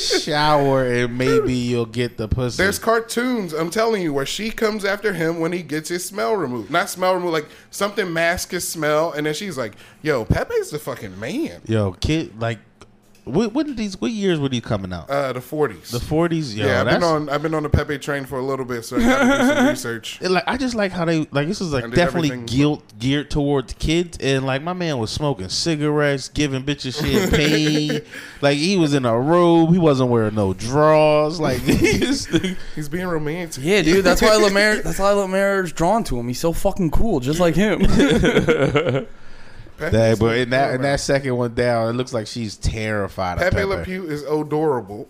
Shower and maybe you'll get the pussy.
There's cartoons, I'm telling you, where she comes after him when he gets his smell removed. Not smell removed, like something masks his smell, and then she's like, yo, Pepe's the fucking man.
Yo, kid, like, what, what did these? What years were these coming out?
Uh, the 40s.
the forties. Yo,
yeah, I've
that's.
been on I've been on the Pepe train for a little bit, so I gotta do some (laughs) research.
it, like I just like how they like this is like
And did
definitely
everything-
guilt geared towards kids and like my man was smoking cigarettes, giving bitches
(laughs)
champagne. like he was in a robe, he wasn't wearing no drawers. Like (laughs) he just,
He's being romantic.
Yeah, dude, that's why Lemaire. That's why Lemaire's drawn to him. He's so fucking cool, just like him.
Pepe's
That, but in that
the
in that second one down, it looks like she's terrified.
Pepe
of
Le
Pepe.
Pew is (laughs) odorable.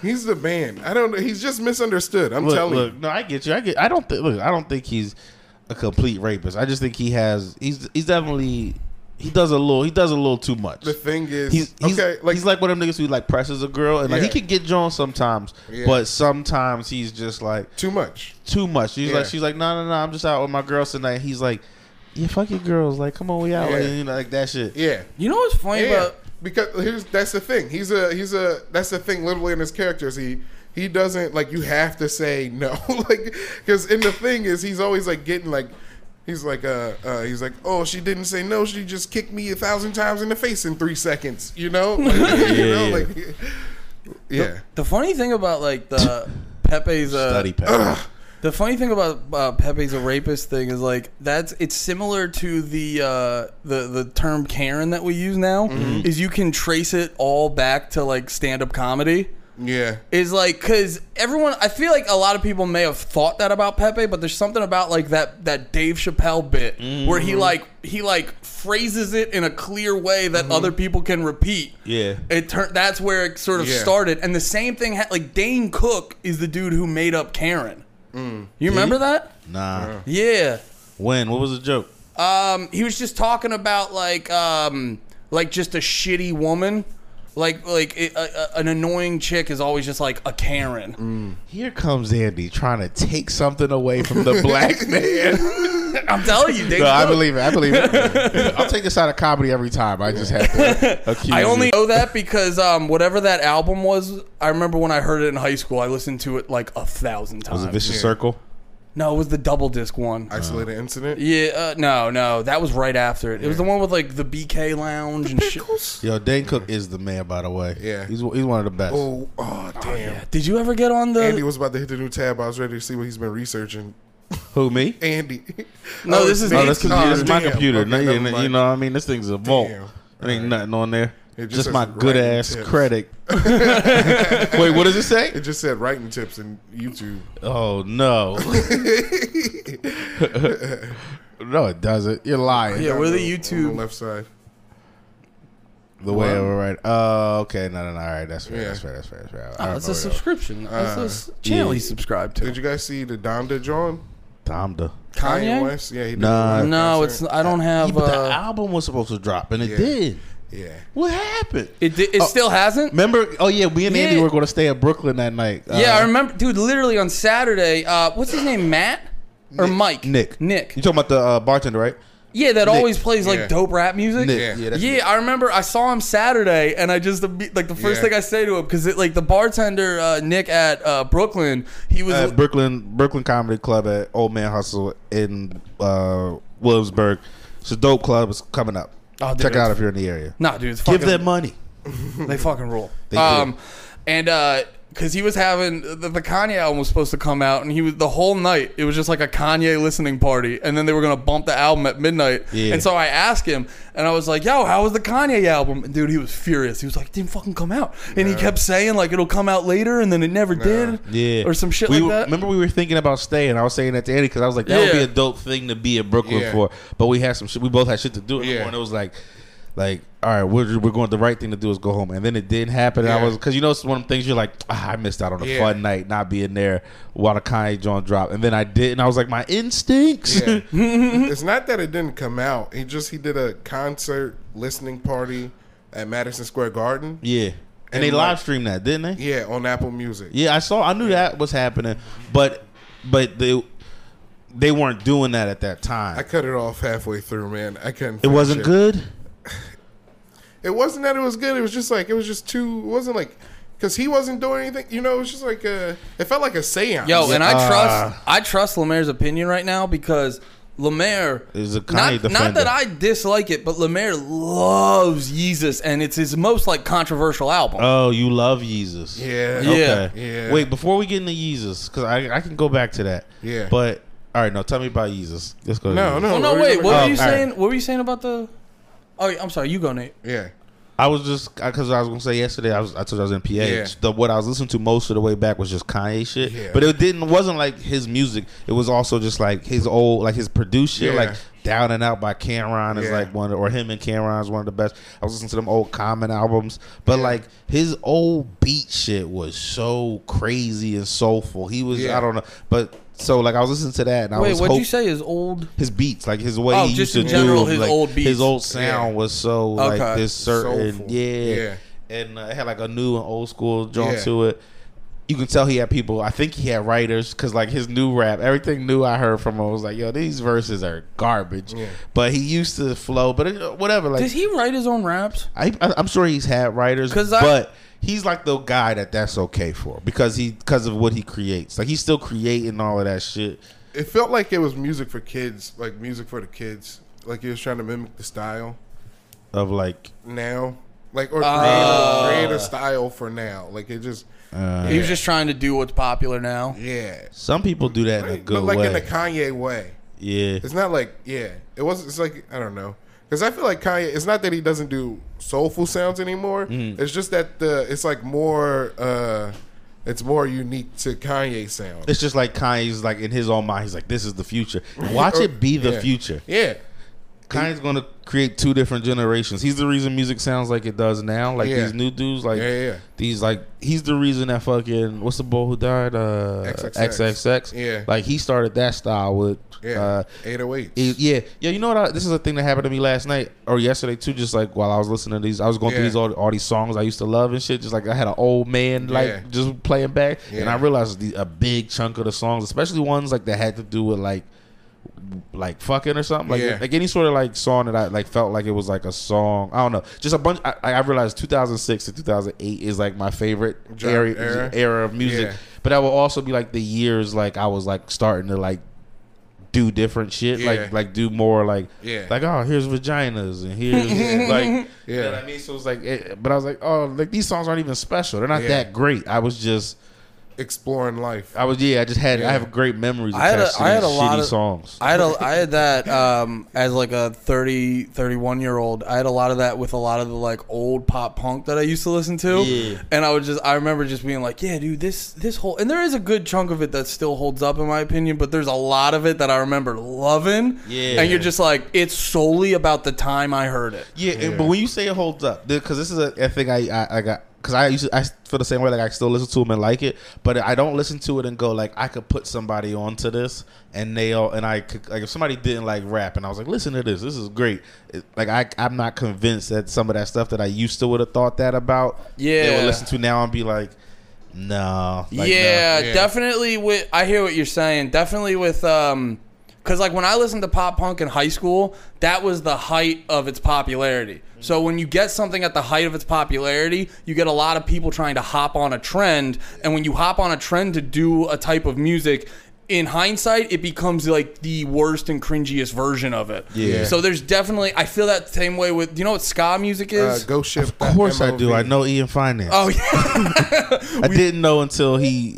he's the man. I don't know. He's just misunderstood. I'm
Look,
telling
look, no, I get you. I get. I don't think. Look, I don't think he's a complete rapist. I just think he has. He's he's definitely. He does a little. He does a little too much.
you. The thing is,
He's, he's
okay, like,
he's like one of them niggas who like presses a girl and like
Yeah.
he can get John sometimes,
Yeah.
but sometimes he's just like
too much.
too much. She's
Yeah.
like she's like no no no. I'm just out with my girls tonight. He's like, yeah, fuck your girls. Like come on, we out.
Yeah.
Like, you know, like that shit.
Yeah.
you know what's funny
Yeah,
about?
because here's that's the thing. He's a he's a that's the thing. Literally in his characters, he he doesn't like you have to say no, (laughs) like because in the thing is he's always like getting like he's like uh, uh he's like oh she didn't say no she just kicked me a thousand times in the face in three seconds you know like, you know
yeah.
like yeah
The funny thing about like the Pepe's uh,
Study
(clears throat)
Pepe.
The funny thing about uh, Pepe's a rapist thing is like that's it's similar to the uh, the the term Karen that we use now is you can trace it all back to like stand up comedy
yeah
is like because everyone I feel like a lot of people may have thought that about Pepe but there's something about like that that Dave Chappelle bit where he like he like phrases it in a clear way that other people can repeat
Yeah.
it turned that's where it sort of
Yeah.
started and the same thing ha- like Dane Cook is the dude who made up Karen you remember that
Nah.
yeah
When? What was the joke?
um, he was just talking about like um, like just a shitty woman. Like like it, a, a, an annoying chick is always just like a Karen.
Here comes Andy trying to take something away from the
(laughs)
black man.
I'm
(laughs)
telling you, Dave.
no, I
Cook.
believe it. I believe
(laughs)
it. I'll take this out of comedy every time. I just have to accuse
I only
you.
know that because um, whatever that album was, I remember when I heard it in high school. I listened to it like a thousand times.
Was it Vicious Circle?
no, it was the double disc one.
isolated incident
Uh, yeah, uh, no, no, that was right after it. It was the one with like the BK Lounge and shit.
Yo, Dane Cook is the man, by the way.
Yeah.
He's, he's one of the best.
oh oh damn
Did you ever get on the?
Andy was about to hit the new tab I was ready to see what he's been researching
Who, me?
Andy (laughs)
No, this is
No,
me.
that's, computer,
Oh,
that's my
damn.
computer.
Okay,
No, you,
never
you
mind.
know what I mean? This thing's a vault.
Damn.
There ain't nothing on there.
It
Just
says
my good
writing
ass
tips. (laughs)
credit. Wait, what does it
It
say?
just said writing tips in YouTube.
(laughs)
(laughs)
Oh no. (laughs) no, it doesn't. You're lying.
Yeah, we're the
on the
YouTube.
left side.
The way over right. Oh, okay. No, no, no. All right, that's fair.
Yeah.
That's fair. That's fair. That's fair. I- I
Oh,
don't
it's
know where that
a subscription. That's a s- channel you
Uh, yeah.
subscribe to.
Did you guys see the Donda John?
was. Tom Da.
Kanye?
West? Yeah, he did.
Nah.
the live
No,
concert.
it's. I don't
Yeah,
have.
but the
Uh,
album was supposed to drop, and it
Yeah.
did.
Yeah.
What happened?
it di-
Oh.
it still hasn't.
Remember? Oh yeah, we and Andy
Yeah.
were going to stay in Brooklyn that night.
Yeah,
Uh,
I remember, dude. Literally on Saturday, uh, what's his name, Matt or Mike?
Nick.
Nick.
You talking about the uh, bartender, right?
Yeah, that always plays like
Yeah.
dope rap music.
Nick.
Yeah.
that's
yeah, I remember I saw him Saturday, and I just like the first
Yeah.
thing I say to him because like the bartender uh, Nick at uh, Brooklyn, he was
at Brooklyn Brooklyn Comedy Club at Old Man Hustle in uh, Williamsburg. It's a dope club. It's coming up.
Oh, dude,
Check it out
it's-
if you're in the area.
nah, dude. It's
Give
fucking-
them money.
(laughs) They fucking rule.
They do.
um, and uh, because he was having the, the Kanye album was supposed to come out, and he was the whole night. It was just like a Kanye listening party, and then they were gonna bump the album at midnight.
Yeah.
And so I asked him, and I was like, "Yo, how was the Kanye album?" And dude, he was furious. He was like, it "Didn't fucking come out," and he kept saying like, "It'll come out later," and then it never did.
Yeah,
or some shit
we
like
were-
that.
Remember, we were thinking about staying. I was saying that to Andy because I was like, that would be
Yeah.
a dope thing to be in Brooklyn
Yeah.
for. But we had some shit. We both had shit to do.
Yeah.
Yeah. And it was like, like, all right, we're we're going. The right thing to do is go home. And then it didn't happen. And
Yeah.
I was because you know it's one of the things you're like, ah, I missed out on a
Yeah.
fun night not being there while the Kanye John dropped. And then I did, and I was like, my instincts.
(laughs)
Yeah. (laughs) it's not that it didn't come out. He just he did a concert listening party at Madison Square Garden.
(laughs) Yeah. And,
And
they
like-
live streamed that, didn't they? Yeah.
Yeah, on Apple Music.
I saw. I knew that was happening, but but they they weren't doing that at that time.
I cut it off halfway through, man. I couldn't.
it
finish
wasn't good.
It wasn't that it was good. It was just like it was just too. It wasn't like because he wasn't doing anything. You know, it was just like a. It felt like a seance.
Yo, and I
Uh,
trust I trust Lemaire's opinion right now because Lemaire
Is a Kanye
not, not
defender.
that I dislike it, but Lemaire loves Yeezus and it's his most like controversial album.
Oh, you love Yeezus.
Yeah.
Okay.
Yeah. Yeah.
Wait, before we get into Yeezus, because I, I can go back to that.
Yeah.
But all right, no, tell me about Yeezus. Let's go. to
No,
Yeezus.
no.
oh no,
what are you
wait,
gonna do?
what were
Oh,
you
all right.
saying? What were you saying about the? Oh, I'm sorry, you go Nate.
Yeah.
I was just because I was gonna say yesterday. I was I told you I was in PA.
Yeah.
The, what I was listening to most of the way back was just Kanye shit.
Yeah.
But it didn't wasn't like his music. It was also just like his old like his produced shit.
Yeah.
Like Down and Out by Cameron is
Yeah.
like one of- or him and Cameron is one of the best. I was listening to them old Common albums, but like his old beat shit was so crazy and soulful. He was
Yeah.
I don't know, but so like I was listening to that and I
Wait,
was
what'd you
hope-
say? Is old?
his beats, like his way
Oh,
he used
just
to
in general,
do,
his
like,
old beats.
his old sound
Yeah.
was so like
Okay.
this certain,
Soulful.
yeah.
Yeah.
and uh, it had like a new and old school joint
Yeah.
to it. You can tell he had people. I think he had writers because like his new rap, everything new I heard from him was like, yo, these verses are garbage.
Yeah.
But he used to flow, but it, uh, whatever. Like
Did he write his own raps?
I, I- I'm sure he's had writers,
'Cause I-
but he's like the guy that that's okay for because he because of what he creates. Like he's still creating all of that shit.
It felt like it was music for kids, like music for the kids. Like he was trying to mimic the style
Of like,
now, like or create, a, create a style for now. Like it just,
He was just trying to do what's popular now.
yeah,
some people do that in a
Right?
good
but like
way.
in the Kanye way.
Yeah.
It's not like yeah, it wasn't. It's like I don't know, because I feel like Kanye. It's not that he doesn't do soulful sounds anymore.
Mm.
It's just that the it's like more. uh It's more unique to Kanye sound.
It's just like Kanye's like in his own mind, he's like, This is the future. Watch it be the
Yeah.
future.
Yeah,
Kanye's gonna create two different generations. He's the reason music sounds like it does now. Like
Yeah.
these new dudes, like
Yeah, yeah, yeah.
these like he's the reason that fucking what's the boy who died? Uh
XXX.
XXX.
Yeah.
Like he started that style with
yeah.
uh
Eight oh eight.
It- yeah, yeah. You know what? I, this is a thing that happened to me last night or yesterday too. Just like while I was listening to these, I was going through
Yeah.
these all, all these songs I used to love and shit. Just like I had an old man like
Yeah.
just playing back, and
Yeah.
I realized the, a big chunk of the songs, especially ones like that had to do with like like fucking or something like
Yeah.
like any sort of like song that I like felt like it was like a song I don't know just a bunch I, I realized 2006 to 2008 is like my favorite
Genre,
era,
era.
era. of music
Yeah.
but that will also be like the years like I was like starting to like do different shit,
Yeah.
like like do more like
Yeah.
like oh here's vaginas and
(laughs)
here's like you
Yeah.
know what I mean. So it's like, it, but I was like, oh, like these songs aren't even special. They're not
Yeah.
that great. I was just
exploring life.
I was yeah. I just had I have great memories attached to these shitty songs.
I had a, I had that um, as like a 30, 31 year old. I had a lot of that with a lot of the like old pop punk that I used to listen to.
Yeah.
And I would just I remember just being like, yeah, dude, this this whole and there is a good chunk of it that still holds up in my opinion, but there's a lot of it that I remember loving.
Yeah.
And you're just like, it's solely about the time I heard it.
yeah, and- but when you say it holds up, because this is a, a thing I I, I got. Cause I used to, I feel the same way. Like I still listen to them and like it, but I don't listen to it and go like I could put somebody onto this and they all and I could like if somebody didn't like rap and I was like listen to this, this is great. It- like I I'm not convinced that some of that stuff that I used to would have thought that about. they
Yeah.
would listen to now and be like, no, like, no.
yeah,
Yeah.
definitely with I hear what you're saying. Definitely with um cuz like when I listened to pop punk in high school, that was the height of its popularity. So when you get something at the height of its popularity, you get a lot of people trying to hop on a trend, and when you hop on a trend to do a type of music, in hindsight, it becomes like the worst and cringiest version of it.
Yeah.
So there's definitely I feel that same way with do you know what ska music
Uh,
is?
Ghost Ship.
Of course I do. I know Ian Finance.
oh yeah.
(laughs)
(laughs)
I didn't know until he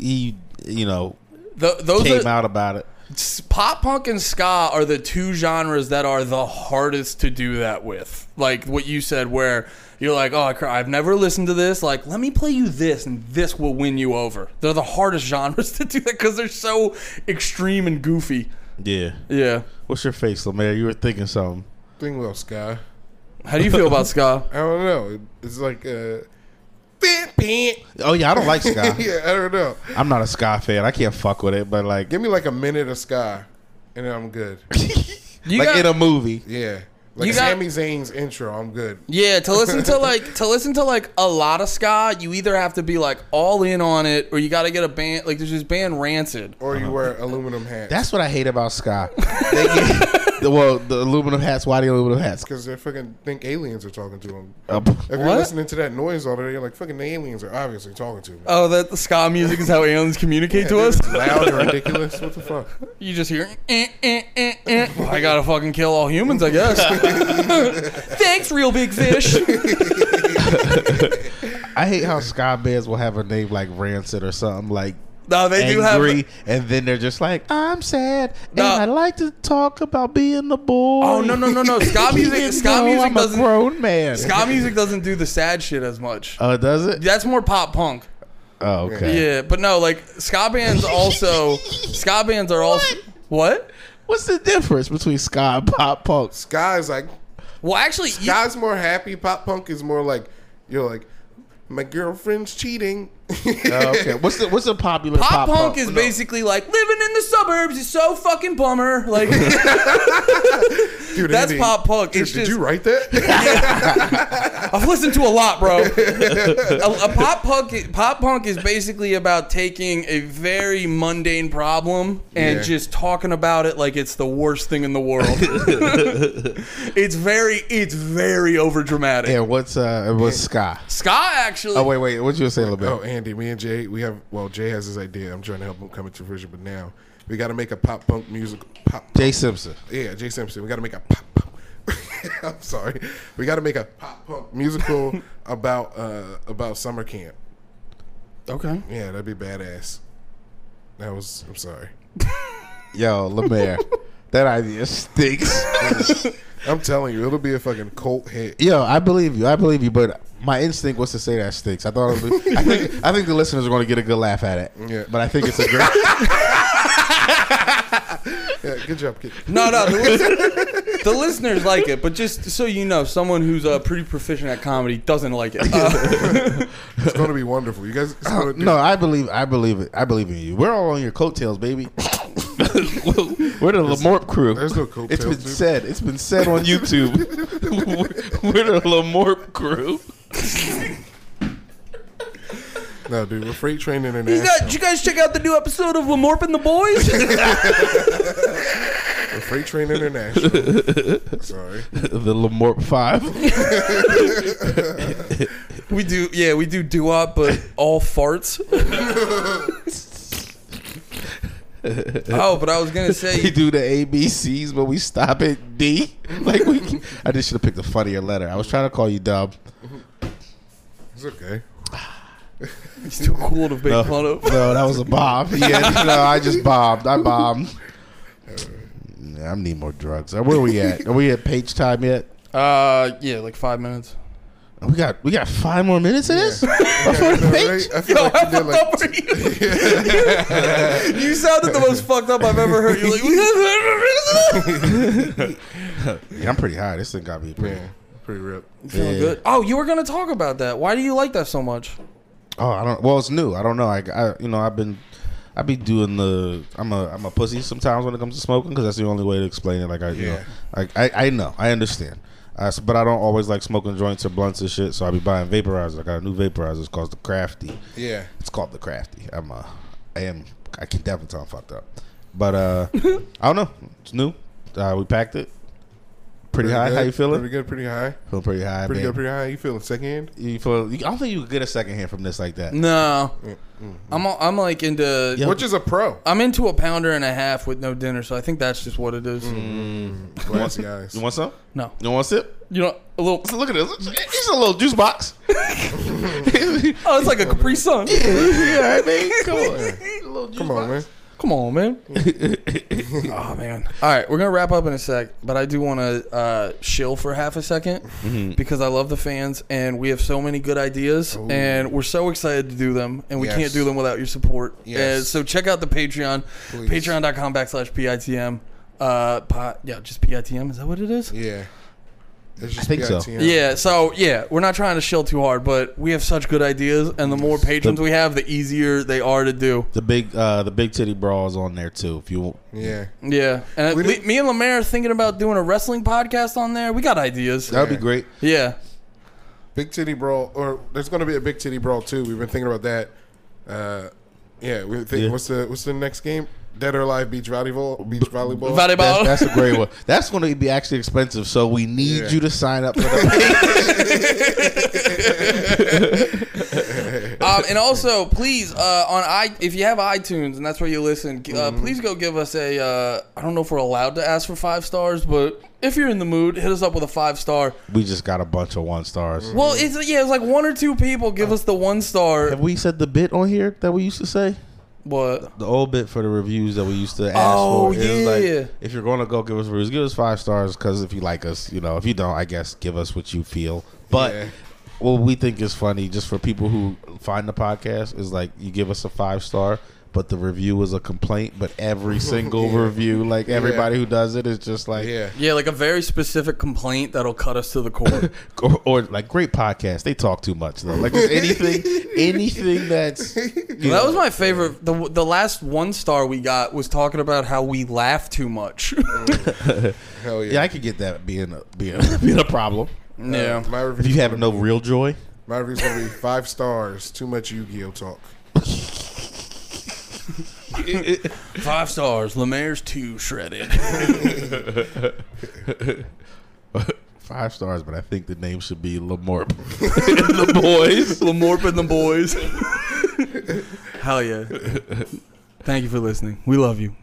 he you know
Th- those
came
are,
out about it.
S- pop punk and ska are the two genres that are the hardest to do that with. Like what you said, where you're like, "Oh, cr- I've never listened to this." Like, let me play you this, and this will win you over. They're the hardest (laughs) genres to do that because they're so extreme and goofy.
Yeah.
Yeah.
What's your face, Lemaire? You were thinking something.
Thing little sky.
How do you feel about ska?
I don't know. It's like uh, pant (laughs) pant.
Oh yeah, I don't like
(laughs)
Sky.
yeah, I don't know.
I'm not a Sky fan. I can't fuck with it. But like,
Give me like a minute of sky, and then I'm good.
(laughs)
You
like
got-
in a movie.
Yeah, like
You got-
Sami Zayn's intro. I'm good.
(laughs) Yeah, to listen to like to listen to like a lot of ska, you either have to be like all in on it, or you got to get a band. Like there's this band Rancid.
Or you wear aluminum hats.
That's what I hate about Sky. They
(laughs)
get- the, well, the aluminum hats. Why the aluminum hats?
because they fucking think aliens are talking to them.
Uh,
If
What?
you're listening to that noise all day, you're like, fucking the aliens are obviously talking to me.
Oh, that the ska music is how aliens communicate to
Dude,
us. (laughs)
It's loud and ridiculous. What the fuck?
You just hear, eh, eh, eh, eh. I gotta fucking kill all humans, I (laughs) guess. Thanks, real big fish. (laughs)
I hate how Sky bands will have a name like Rancid or something like.
no, they do have.
angry, and then they're just like, "I'm sad,
No.
and I like to talk about being a boy."
Oh no no no no! Ska music,
(laughs) Even
ska
though
music
I'm a
doesn't.
grown man.
Ska music doesn't do the sad shit as much.
Uh, does it?
That's more pop punk.
Oh, okay.
Yeah, but no, like ska bands (laughs) also. ska bands are also. What?
What's the difference between ska and pop punk?
Sky's like,
Well, actually, you-
Sky's more happy. Pop punk is more like, you're like, my girlfriend's cheating.
Oh, okay.
(laughs)
What's the what's the popular
pop, punk, is
No.
basically like living in the suburbs is so fucking bummer. Like
(laughs)
Dude,
That's
Andy,
pop punk.
dude,
It's
did
just-
you write that?
(laughs) I've listened to a lot,
(laughs)
bro. a, a pop punk, pop punk is basically about taking a very mundane problem and
Yeah.
just talking about it like it's the worst thing in the world.
(laughs)
it's very, it's very over dramatic.
Yeah, what's uh what's ska?
Ska actually.
Oh wait, wait, what you say a little bit?
oh, Andy, me and Jay, we have, well, Jay has this idea. I'm trying to help him come into vision, but now we got to make a pop punk music. Pop,
Jay Simpson.
Yeah, Jay Simpson. We got to make a pop. punk (laughs) I'm sorry. We got to make a pop punk (laughs) musical about uh about summer camp.
okay.
Yeah, that'd be badass. That was. I'm sorry.
Yo, Lemaire. that idea stinks.
I'm telling you, it'll be a fucking cult hit.
Yo, I believe you. I believe you, but my instinct was to say that stinks. I thought it would be, I think I think the listeners are going to get a good laugh at it.
Yeah.
But I think it's a great
Yeah, good job, kid.
(laughs) No, no. The,
(laughs)
lis- the listeners like it, but just so you know, someone who's uh, pretty proficient at comedy doesn't like it. Uh,
(laughs)
(laughs)
It's gonna be wonderful. You guys. It's gonna do-
No, I believe I believe it. I believe in you. We're all on your coattails, baby. We're the Lamorp crew.
there's no
It's been
coattails, dude.
said. It's been said on YouTube. (laughs) We're the Lamorp crew.
no, dude. We're
(laughs)
freight train
you
international.
guys, did you guys check out the new episode of Lamorp and the Boys?
(laughs)
We're freight train international.
(laughs)
sorry.
The Lamorp Five.
We do, yeah, we do do
(laughs)
up, but all farts. oh, but I was gonna
We
say,
do the ABCs, but we stop at D. (laughs) Like we, I (laughs) just should have picked a funnier letter. I was trying to call you Dub.
It's okay.
He's too cool to make fun of.
No, that was a bob. Yeah, no, I just bobbed. I bombed. Yeah, I need more drugs. Uh, Where we at? Are we at page time yet?
Uh, yeah, like five minutes.
We got we got five more minutes of this. (laughs) Before the page?
I feel
Yo,
like
how
you did
fucked
like
up are you? you sounded the most fucked up I've ever heard. You're like, (laughs)
Yeah, I'm pretty high. This thing got me pretty.
(laughs) (laughs) yeah, pretty ripped.
feeling
Yeah.
good. Oh, you were gonna talk about that. Why do you like that so much?
Oh, I don't. Well, it's new. I don't know. I, I you know, I've been, I be doing the. I'm a, I'm a pussy sometimes when it comes to smoking because that's the only way to explain it. Like I, you know, like I, I know, I understand. I s but I don't always like smoking joints or blunts and shit. So I be buying vaporizers. I got a new vaporizer. It's called the Crafty.
Yeah.
It's called the Crafty. I'm uh, I am. I can definitely tell I'm fucked up. But
(laughs)
uh, I don't know. It's new. Uh, we packed it. Pretty, high.
good,
How you feeling?
Pretty good, pretty high.
Feeling pretty high.
Pretty
man.
good, pretty high. You feeling second?
you feel, you, I don't think you could get a second hand from this like that.
No,
Mm-hmm.
I'm a- I'm like into.
Yeah.
Which is a
(laughs)
pro.
I'm into a pounder and a half with no dinner, so I think that's just what it is.
Mm-hmm. Glassy eyes.
You want some?
No,
You want a sip?
you know, a little.
Look at this. It's a little juice box. (laughs)
Oh, it's like a Capri Sun.
yeah, I mean, come on.
Come on, man.
Come on, man. oh man. All right, we're gonna wrap up in a sec, but I do want to uh, shill for half a 2nd
Mm-hmm.
because I love the fans, and we have so many good ideas, and we're so excited to do them, and we
Oh, Yes.
can't do them without your support.
Yes.
Uh, so check out the Patreon, patreon.com backslash pitm. Uh, pot, yeah, just pitm. Is that what it is?
Yeah. It's just
think so.
PITM.
Yeah, so yeah, we're not trying to shill too hard, but we have such good ideas, and the more patrons we have, the easier they are to do.
(laughs) The big, uh, the big titty bra is on there too. If you want,
Yeah.
Yeah, and
We
le-
didn't-
me and Lemaire are thinking about doing a wrestling podcast on there. We got ideas.
that'd be
Yeah.
great.
(laughs)
Yeah,
Big Titty Brawl, or there's going to be a Big Titty Brawl too. We've been thinking about that. Uh, yeah, we think
Yeah.
what's the what's the next game? Dead or Alive Beach Volleyball. Beach Volleyball.
That's,
volleyball.
that's a great one. Oh. (laughs) That's going to be actually expensive, so we need
Yeah.
you to sign up for (laughs) the.
um, and also, please uh, on i if you have iTunes and that's where you listen, g-
Mm-hmm.
uh, please go give us a. Uh, I don't know if we're allowed to ask for five stars, but if you're in the mood, hit us up with a five star.
we just got a bunch of one stars.
Well,
Mm-hmm.
it's yeah, it's like one or two people give us the one star.
Have we said the bit on here that we used to say?
What?
The old bit for the reviews that we used to ask
Oh,
for. It was
yeah.
like, if you're going to go give us reviews, give us five stars because if you like us, you know, if you don't, I guess give us what you feel. But
Yeah.
what we think is funny, just for people who find the podcast, is like you give us a five star, but the review is a complaint. But every single review, like everybody who does it, is just like,
Yeah.
Yeah, like a very specific complaint that'll cut us to the
(laughs)
core.
or, or like great podcast. They talk too much though. Like just anything, anything that's you
That
know,
was my favorite. The, the last one star we got was talking about how we laugh too much. (laughs)
Mm-hmm. Hell yeah.
yeah, I could get that being a being a, (laughs) being a problem.
yeah.
my
If
review.
you have no real joy.
my review's gonna be five stars. Too much Yu-Gi-Oh talk.
Five stars. Lemaire's too (laughs) shredded.
Five stars, but I think the name should be Lamorp. (laughs) the boys.
Lamorp and the boys. Hell yeah. Thank you for listening. We love you.